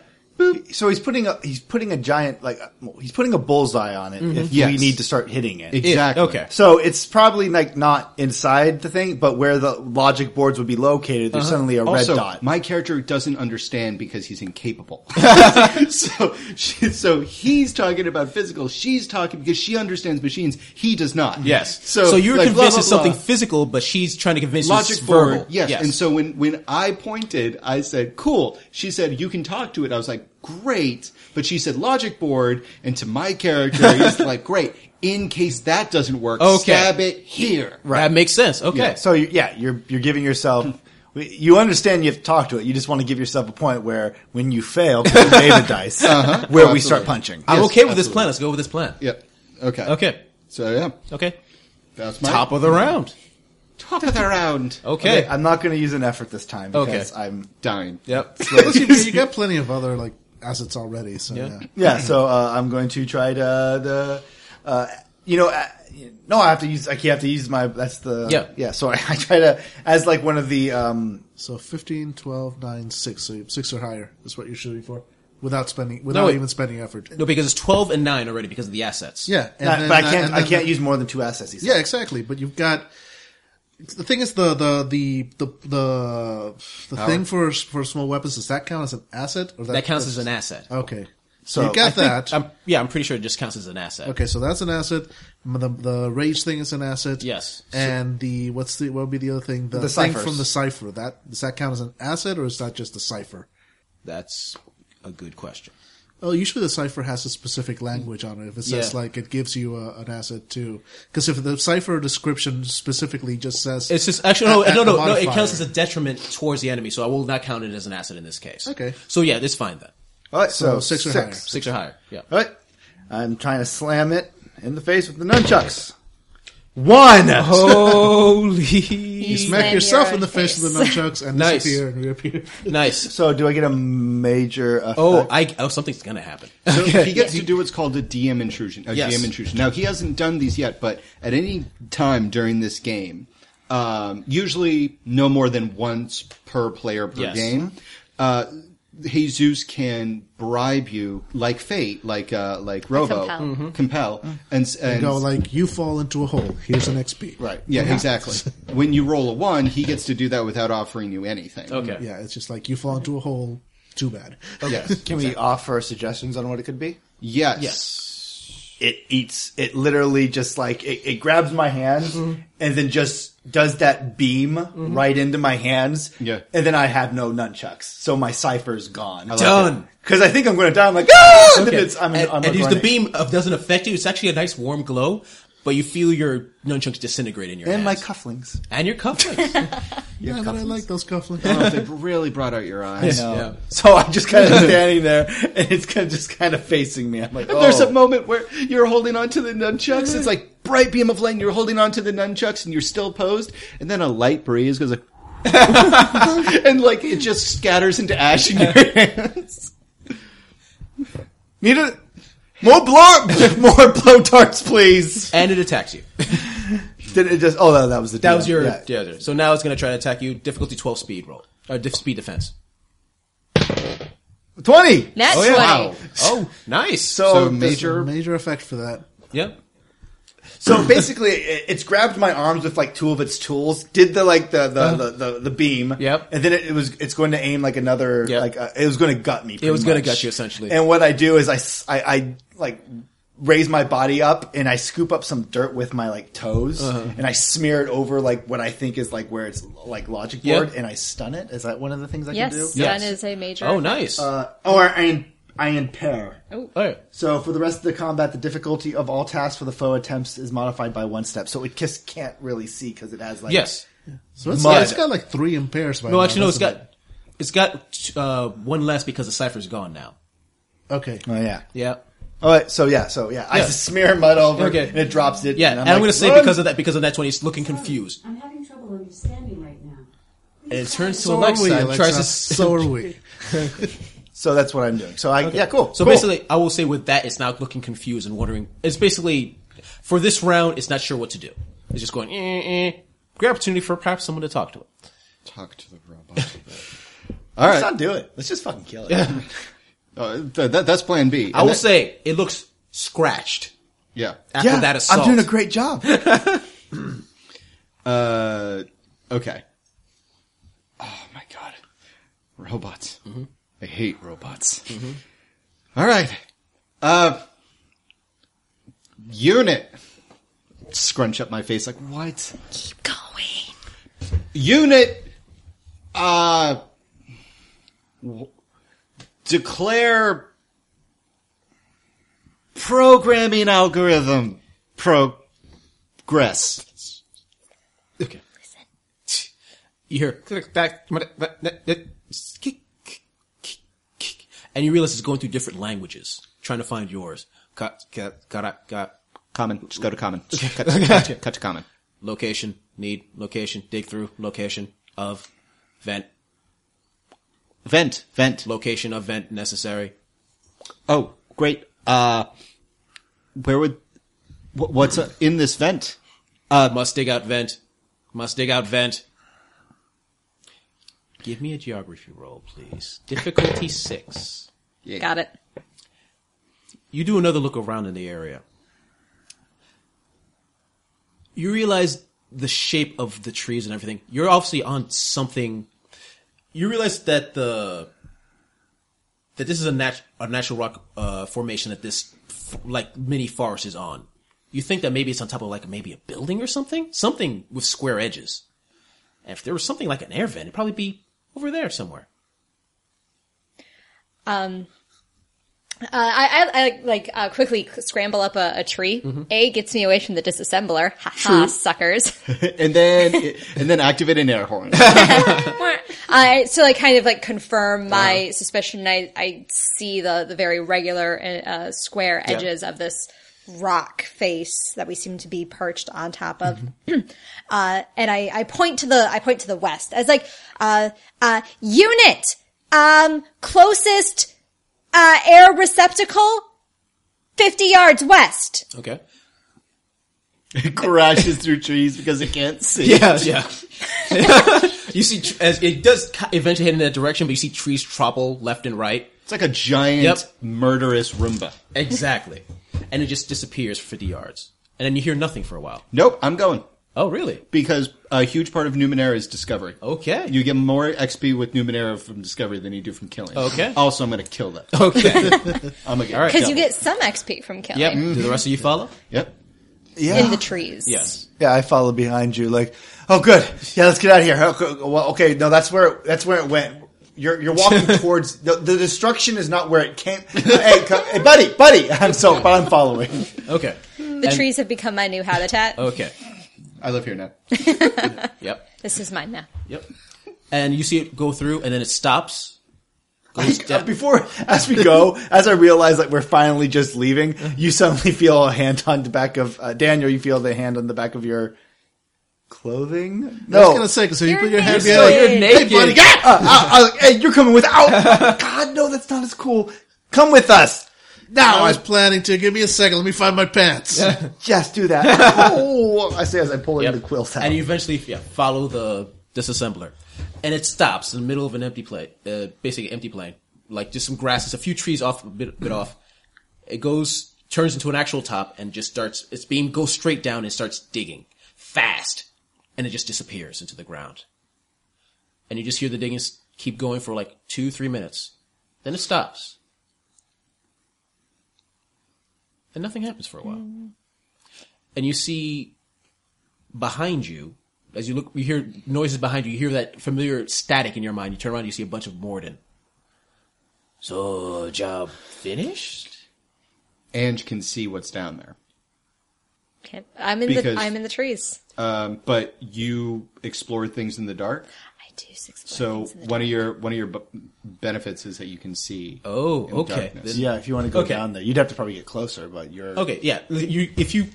S6: So he's putting a he's putting a giant like uh, he's putting a bullseye on it. If we
S4: Mm-hmm. Yes.
S6: need to start hitting it.
S4: exactly.
S3: okay.
S6: So it's probably like not inside the thing, but where the logic boards would be located, there's suddenly a
S4: Uh-huh. also,
S6: red dot.
S4: my character doesn't understand because he's incapable. so, she, so he's talking about physical. She's talking because she understands machines. He does not.
S3: So,
S4: So,
S3: you're
S4: like, blah,
S3: convinced
S4: blah,
S3: it's something
S4: blah.
S3: physical, but she's trying to convince you
S4: logic
S3: it's verbal.
S4: forward. Yes. And so when when I pointed, I said, "Cool." She said, "You can talk to it." I was like, "Great." But she said, "Logic board," and to my character, he's like, "Great." In case that doesn't work,
S3: Okay.
S4: stab it here.
S3: that makes sense. Okay.
S4: Yeah.
S6: so you yeah, you're you're giving yourself. You understand you have to talk to it. You just want to give yourself a point where, when you fail, you David dice,
S4: Uh-huh.
S6: where we start punching.
S3: I'm
S4: Yes,
S3: okay with this
S4: absolutely.
S3: plan. Let's go with this plan.
S4: Yep. Okay.
S3: Okay.
S4: So yeah,
S3: Okay.
S4: that's my
S3: Top of the round.
S4: top of the round.
S3: Okay.
S6: I'm not going to use an effort this time because
S3: Okay.
S6: I'm
S4: Dying.
S3: Yep.
S1: Plus, you, you get plenty of other like assets already. So yeah.
S3: Yeah.
S6: yeah. So uh, I'm going to try to the uh, you know uh, no I have to use I have to use my that's the
S3: Yeah.
S6: yeah. So I, I try to as like one of the um,
S1: So 15, 12, 9, 6. So 6 or higher is what you're shooting for. Without spending, without
S3: wait.
S1: even spending effort.
S3: No, because it's twelve and nine already because of the assets.
S1: Yeah. and
S6: not-
S1: then-
S6: but I
S1: and
S6: can't I
S1: then-
S6: can't use more than two assets. he said.
S1: Yeah, exactly. But you've got the thing is the the the the the, the thing for for small weapons does that count as an asset or
S3: That counts as an asset.
S1: Okay, so,
S6: So,
S1: you've got
S6: I think
S1: that.
S3: I'm, yeah, I'm pretty sure it just counts as an asset.
S1: okay, so that's an asset. The the rage thing is an asset.
S3: Yes.
S1: And the what's the what would be the other thing? The,
S6: The
S1: thing
S6: ciphers.
S1: from the cipher that does that count as an asset or is that just a cipher?
S3: That's a good question.
S1: Oh, usually the cipher has a specific language on it. If it says
S3: Yeah.
S1: like it gives you a, an asset too, because if the cipher description specifically just says
S3: It's just actually no,
S1: a- a-
S3: no, no,
S1: a
S3: no. It
S1: modifier.
S3: counts as a detriment towards the enemy, so I will not count it as an asset in this case.
S1: Okay.
S3: So yeah, it's fine then.
S6: All right,
S1: So
S6: so,
S1: six or
S6: six.
S3: Six or higher. Yeah.
S6: All right, I'm trying to slam it in the face with the nunchucks. One.
S3: Holy.
S1: smack
S7: Slam
S1: yourself
S7: your
S1: in the face with the nunchucks and
S3: Nice.
S1: disappear and reappear.
S3: nice.
S6: So do I get a major? uh, Effect?
S3: Oh, I. Oh, something's gonna happen.
S4: So he gets to do what's called a DM intrusion. A
S3: Yes.
S4: DM intrusion. Now he hasn't done these yet, but at any time during this game, um, usually no more than once per player per
S3: Yes.
S4: game. Uh, Jesus can bribe you like fate, like uh, like Robo,
S5: compel.
S3: Mm-hmm.
S4: compel, and s- and
S1: Go like you fall into a hole. Here's an XP.
S4: right, yeah, exactly. when you roll a one, he gets to do that without offering you anything.
S3: Okay.
S1: Yeah, it's just like you fall into a hole. Too bad.
S4: Yes.
S6: Can we offer suggestions on what it could be?
S4: Yes.
S6: It eats. It literally just like it, it grabs my hands
S3: Mm-hmm.
S6: and then just does that beam right into my hands.
S4: Yeah.
S6: And then I have no nunchucks, so my cipher's gone.
S3: Done.
S6: Because I think I'm going to die. I'm like, ah! And
S3: Okay.
S6: then it's, I'm,
S3: and
S6: I'm
S3: and use the
S6: running.
S3: beam of doesn't affect you. It's actually a nice warm glow, but you feel your nunchucks disintegrate in your
S6: and my
S3: hands.
S6: cufflinks.
S3: and your cufflinks.
S1: Yeah, but I like those cufflinks.
S4: Oh, they really brought out your eyes.
S6: No.
S3: Yeah.
S6: So I'm just kind of standing there, and it's kind of just kind of facing me. I'm like, oh.
S4: There's a moment where you're holding on to the nunchucks. It's like bright beam of light. And you're holding on to the nunchucks, and you're still posed. And then a light breeze goes like, and like it just scatters into ash. In your hands.
S6: Need a more blow, more blow darts, please.
S3: and it attacks you.
S6: Then it just oh, that, that was the
S3: That
S6: deal.
S3: was your
S6: Yeah.
S3: the other. So now it's going to try to attack you. Difficulty 12 speed roll. Or diff- speed defense.
S6: twenty.
S5: Nat
S4: Oh, yeah.
S5: 20.
S4: Wow.
S3: Oh, nice.
S6: So,
S4: So
S6: this-
S1: Major,
S4: major.
S1: major effect for that.
S3: yep.
S6: so basically, it, it's grabbed my arms with like two of its tools. Did the like the the the, the, the beam.
S3: Uh-huh. Yep.
S6: And then it, it was it's going to aim like another
S3: Yep.
S6: like uh, it was going to gut me. pretty
S3: was gonna
S6: much.
S3: gut you, essentially.
S6: And what I do is I s- I, I, like raise my body up and I scoop up some dirt with my like toes
S3: Uh-huh.
S6: and I smear it over like what I think is like where it's like logic
S3: Yep.
S6: board and I stun it. Is that one of the things I
S5: Yes,
S6: can do?
S5: stun
S3: Yes.
S5: is a major.
S3: Oh, nice.
S6: Uh, or I I impair.
S3: All right.
S6: So for the rest of the combat, the difficulty of all tasks for the foe attempts is modified by one step. So it just can't really see because it has like
S3: Yes.
S1: So it's,
S6: Mud.
S1: it's got like three impairs by
S3: No,
S1: now,
S3: actually, no. It's
S1: doesn't
S3: got it's got uh, one less because the cipher's gone now.
S1: it? Okay.
S6: Oh yeah.
S3: Yeah.
S6: All right. So yeah. So yeah. I
S3: Yeah.
S6: just smear mud over
S3: Okay.
S6: and it drops it.
S3: Yeah, and
S6: and
S3: I'm,
S6: I'm,
S3: going to say because of that, because of that twenty, it's looking confused,
S9: I'm having trouble understanding right now.
S3: and it turns to
S1: So are
S3: Alexa,
S1: we,
S3: and
S1: Alexa.
S3: tries to.
S1: so are we.
S6: So that's what I'm doing. So I yeah cool.
S3: So
S6: cool.
S3: basically, I will say with that, it's now looking confused and wondering. It's basically for this round, it's not sure what to do. It's just going. Eh, eh. Great opportunity for perhaps someone to talk to it.
S4: Talk to the robot. All right.
S6: let's not do it. Let's just fucking kill it.
S4: Uh, th- that, that's plan B.
S3: I will say it looks scratched
S4: Yeah.
S3: after that assault.
S6: I'm doing a great job.
S4: Uh, okay. Oh my god. Robots. I hate robots. All right. Uh, unit. Scrunch up my face like, what?
S7: Going.
S4: Unit, uh, w- declare programming algorithm progress.
S3: Okay. You hear click back, kick, kick, kick, kick, and you realize it's going through different languages, trying to find yours. Ka- ka- kara- ka-
S4: Common. Just go to common. Just cut, cut to- cut to common.
S3: Location, need, location, dig through, location of, vent,
S4: Vent. Vent.
S3: location of vent necessary.
S4: Oh, great. Uh, where would, wh- what's uh, in this vent?
S3: Uh, Must dig out vent. Must dig out vent. Give me a geography roll, please. Difficulty six.
S5: Got it.
S3: you do another look around in the area. You realize the shape of the trees and everything. You're obviously on something. You realize that the that this is a nat- a natural rock uh, formation that this f- like mini forest is on. You think that maybe it's on top of like maybe a building or something, something with square edges. And if there was something like an air vent, it'd probably be over there somewhere.
S5: Um, Uh, I, I, I like uh, quickly scramble up a, a tree.
S3: Mm-hmm.
S5: A gets me away from the disassembler. Ha ha, suckers.
S4: And then, and then activate an air horn.
S5: I to like kind of like confirm
S3: Uh-huh.
S5: my suspicion. I I see the the very regular uh, uh, square edges of this rock face that we seem to be perched on top of.
S3: Mm-hmm.
S5: uh, and I I point to the I point to the west as like uh uh unit um closest uh air receptacle 50 yards west.
S3: Okay.
S4: It crashes through trees because it can't see.
S3: Yeah, yeah. you see, tr- as it does ki- eventually head in that direction, but you see trees topple left and right.
S4: It's like a giant
S3: Yep.
S4: murderous Roomba.
S3: Exactly, and it just disappears for fifty yards, and then you hear nothing for a while.
S4: Nope, I'm going
S3: Oh, really?
S4: because a huge part of Numenera is discovery.
S3: Okay.
S4: You get more XP with Numenera from discovery than you do from killing.
S3: Okay.
S4: Also, I'm going to kill that.
S3: okay.
S4: I'm going to
S3: All right.
S5: Because you
S3: Yep.
S5: get some XP from killing
S3: Yep. Mm, Do the rest of you follow?
S4: Yep.
S6: Yeah.
S5: in the trees.
S3: Yes.
S6: Yeah, I follow behind you. Like, oh, good. Yeah, let's get out of here. Okay, well, okay, no, that's where it, that's where it went. You're you're walking towards the, the destruction is not where it came. hey, co- hey, buddy, buddy. I'm so, but I'm following.
S3: Okay.
S5: The trees have become my new habitat.
S3: Okay.
S4: I live here now.
S3: Yep.
S5: This is mine now.
S3: Yep. And you see it go through, and then it stops.
S6: I-
S3: down.
S6: Uh, before, as we go, as I realize that we're finally just leaving, you suddenly feel a hand on the back of uh, Daniel. You feel the hand on the back of your clothing. No,
S1: I was gonna say because you
S5: You're
S1: put your hand
S5: naked.
S1: behind
S5: You're
S1: your-
S3: naked.
S1: Bloody God!
S6: Uh, I- I was like, hey, you're coming with. Ow! God, no, that's not as cool. Come with us.
S1: Now
S6: Now
S1: I was planning to. Give me a second. Let me find my pants.
S6: Just do that. oh, I say as I pull in the quills out.
S3: And you eventually yeah, follow the disassembler. And it stops in the middle of an empty plane, uh, basically empty plain, like just some grasses, a few trees off, a bit, bit off. It goes, turns into an actual top and just starts, its beam goes straight down and starts digging fast. And it just disappears into the ground. And you just hear the diggings keep going for like two, three minutes. Then it stops. And nothing happens for a while. And you see behind you, as you look, you hear noises behind you. You hear that familiar static in your mind. You turn around, you see a bunch of Morden. So, job finished?
S4: Ange can see what's down there.
S5: Okay. I'm in
S4: Because-
S5: the I'm in the trees.
S4: Um, but you explore things in the dark.
S5: I do six.
S4: So one of your one of your b- benefits is that you can see.
S3: Oh,
S4: in
S3: okay.
S4: darkness.
S3: Then-
S6: yeah, if you want to go
S3: Okay.
S6: down there, you'd have to probably get closer, but you're
S3: Okay, yeah. You, if you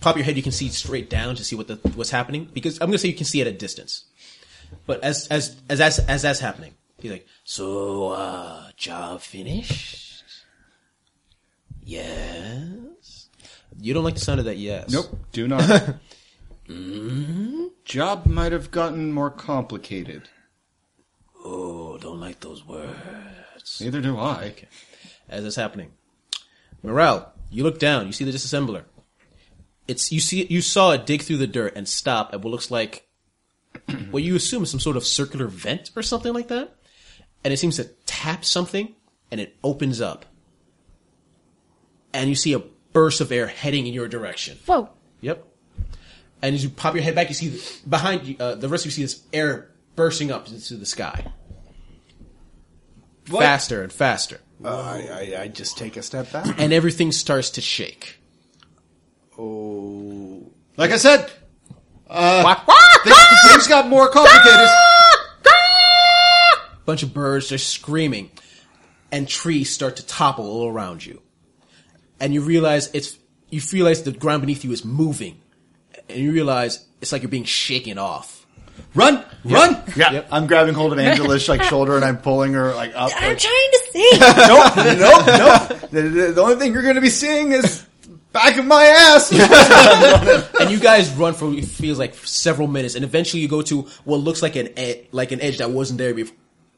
S3: pop your head, you can see straight down to see what the what's happening. Because I'm gonna say you can see at a distance. But as as as as, as that's happening, he's like, "So, uh, job finished? Yes." You don't like the sound of that, yes?
S4: Nope. Do not. Mm-hmm. Job might have gotten more complicated.
S3: Oh, don't like those words.
S4: Neither do I.
S3: as it's happening. Morel, you look down. You see the disassembler. It's you see you saw it dig through the dirt and stop at what looks like what you assume is some sort of circular vent or something like that. And it seems to tap something, and it opens up, and you see a burst of air heading in your direction.
S5: Whoa.
S3: Yep. And as you pop your head back, you see th- behind you, uh, the rest of you see this air bursting up into the sky. Faster and faster.
S6: I, I, I just take a step back.
S3: And everything starts to shake.
S4: Like I said,
S3: Whack,
S4: things, things got more complicated.
S3: bunch of birds are screaming and trees start to topple all around you and you realize it's you realize the ground beneath you is moving and you realize it's like you're being shaken off
S4: Run, run.
S6: Yeah, I'm grabbing hold of Angela's like shoulder and I'm pulling her like up.
S7: I'm
S6: Like,
S7: trying to see.
S6: nope, nope, nope. The, the, the only thing you're going to be seeing is back of my ass.
S3: and you guys run for it feels like several minutes and eventually you go to what looks like an ed- like an edge that wasn't there bef-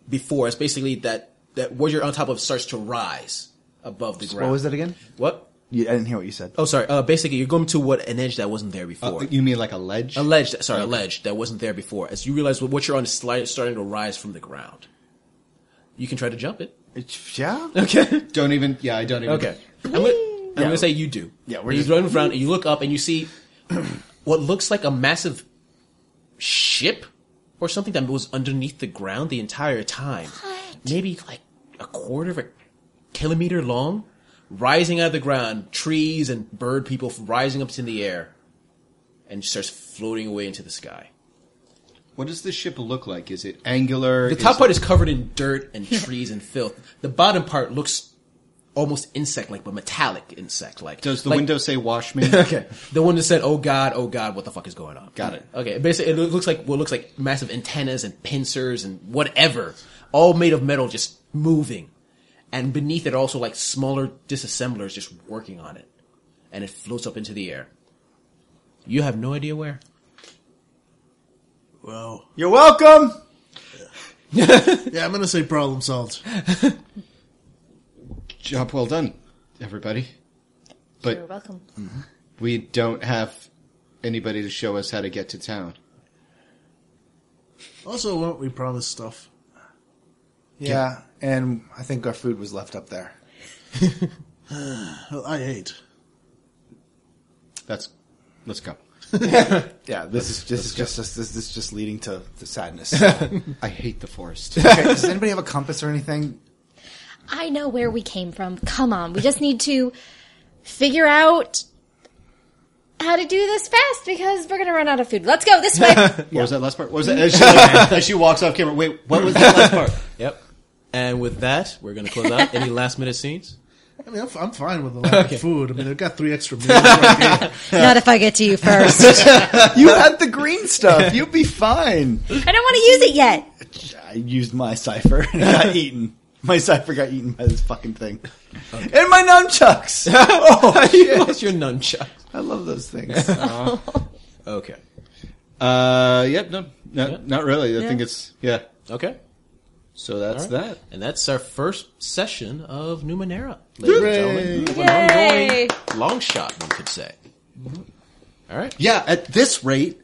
S3: before it's basically that that what you're on top of starts to rise above the ground
S6: what was that again?
S3: what
S6: Yeah, I didn't hear what you said.
S3: oh sorry uh, basically you're going to what an edge that wasn't there before
S4: You mean like a ledge?
S3: A ledge, that, sorry, a ledge that wasn't there before. As you realize what what you're on is sli- starting to rise from the ground. You can try to jump it.
S6: It's- yeah.
S3: Okay.
S4: Don't even. Yeah, I don't even.
S3: Okay. I'm gonna, I'm gonna say you do.
S6: Yeah, we're
S3: we're you
S6: just-
S3: run around and you look up and you see what looks like a massive ship or something that was underneath the ground the entire time. Maybe like a quarter of a kilometer long, rising out of the ground, trees and bird people rising up to the air, and starts floating away into the sky.
S4: What does this ship look like? Is it angular?
S3: The top
S4: it-
S3: part is covered in dirt and trees and filth. The bottom part looks almost insect-like, but metallic insect-like.
S4: Does the
S3: Like-
S4: window say "Wash me"?
S3: Okay, the one that said, "Oh God, oh God, what the fuck is going on?"
S4: Got it.
S3: Okay, basically, it looks like what looks like massive antennas and pincers and whatever, all made of metal, just moving, and beneath it also like smaller disassemblers just working on it, and it floats up into the air, You have no idea where.
S1: Well,
S6: You're welcome.
S1: yeah, I'm gonna say problem solved.
S4: Job well done, everybody. But
S5: You're welcome.
S4: we don't have anybody to show us how to get to town.
S1: Also, weren't we promised stuff?
S6: Yeah. and I think our food was left up there.
S1: Well, I ate.
S4: That's let's go.
S6: Yeah, this is this is just this, this is just leading to, to sadness.
S4: I hate the forest.
S6: okay, does anybody have a compass or anything?
S5: I know where we came from. Come on. We just need to figure out how to do this fast because we're going to run out of food. Let's go this way.
S4: What was that last part? What was that? As she, like, as she walks off camera, wait, what was that last part?
S3: Yep. And with that, we're going to close out. Any last minute scenes?
S1: I mean, I'm, I'm fine with the lack of food. I mean, I've got three extra meals. Right here.
S5: Not if I get to you first.
S6: You had the green stuff. You'd be fine.
S5: I don't want to use it yet.
S6: I used my cipher and it got eaten. My cipher got eaten by this fucking thing. And my nunchucks. oh,
S3: you lost your nunchucks.
S6: I love those things.
S3: Okay.
S4: Uh, yep, no, no
S3: Yeah.
S4: not really. I think it's yeah.
S3: Okay.
S4: So that's
S3: All
S4: that.
S3: right. And that's our first session of Numenera, ladies
S1: Hooray.
S3: and gentlemen. An ongoing long shot, one could say. All right.
S4: Yeah, at this rate,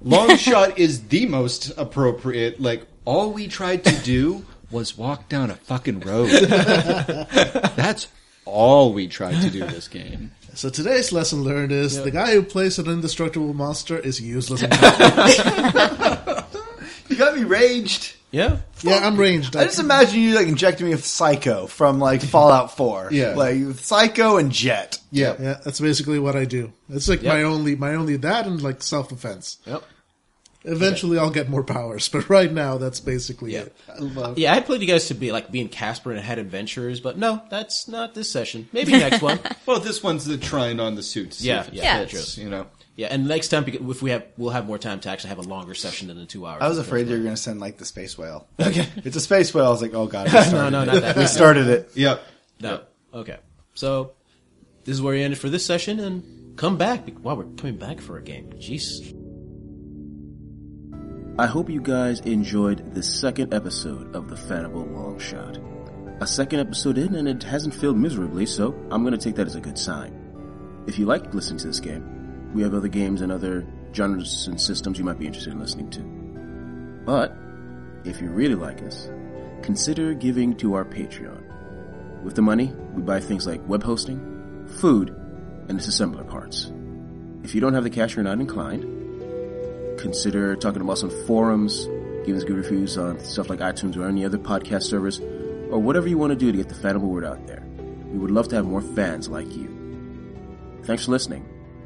S4: long shot is the most appropriate. Like all we tried to do was walk down a fucking road. that's all we tried to do this game.
S1: So today's lesson learned is the guy who plays an indestructible monster is useless. in combat.
S6: you got me raged.
S3: Yeah.
S1: yeah, I'm ranged.
S6: I just imagine you like injecting me with Psycho from like Fallout Four.
S4: Yeah.
S6: like with Psycho and Jet.
S4: Yeah,
S1: yeah, that's basically what I do. It's like
S3: Yep.
S1: my only, my only that and like self defense.
S3: Yep.
S1: Eventually, I'll get more powers, but right now, that's basically
S3: Yeah.
S1: it.
S3: Yeah, I had played you guys to be like being Casper and had adventures, but no, that's not this session. Maybe next one.
S4: Well, this one's the trying on the suit. to see
S3: Yeah,
S4: if it
S3: yeah.
S4: fits,
S3: Yeah, true.
S4: you know.
S3: Yeah, and next time beca- if we have, we'll have more time to actually have a longer session than the two hours.
S6: I was afraid you were going to send like the space whale.
S3: Okay.
S6: It's a space whale. I was like, oh god, we started
S3: No, no,
S6: it.
S3: not that.
S6: We started it.
S4: Yeah.
S3: No. Okay. So this is where we end it for this session, and come back. be- Wow, we're coming back for a game. Jeez.
S10: I hope you guys enjoyed the second episode of the Fanable Long Shot. A second episode in, and it hasn't failed miserably, so I'm going to take that as a good sign. If you liked listening to this game, we have other games and other genres and systems you might be interested in listening to. But if you really like us, consider giving to our Patreon. With the money, we buy things like web hosting, food, and disassembler parts. If you don't have the cash, you're not inclined consider talking to us on forums, giving us good reviews on stuff like iTunes or any other podcast service, or whatever you want to do to get the fanable word out there. We would love to have more fans like you. Thanks for listening,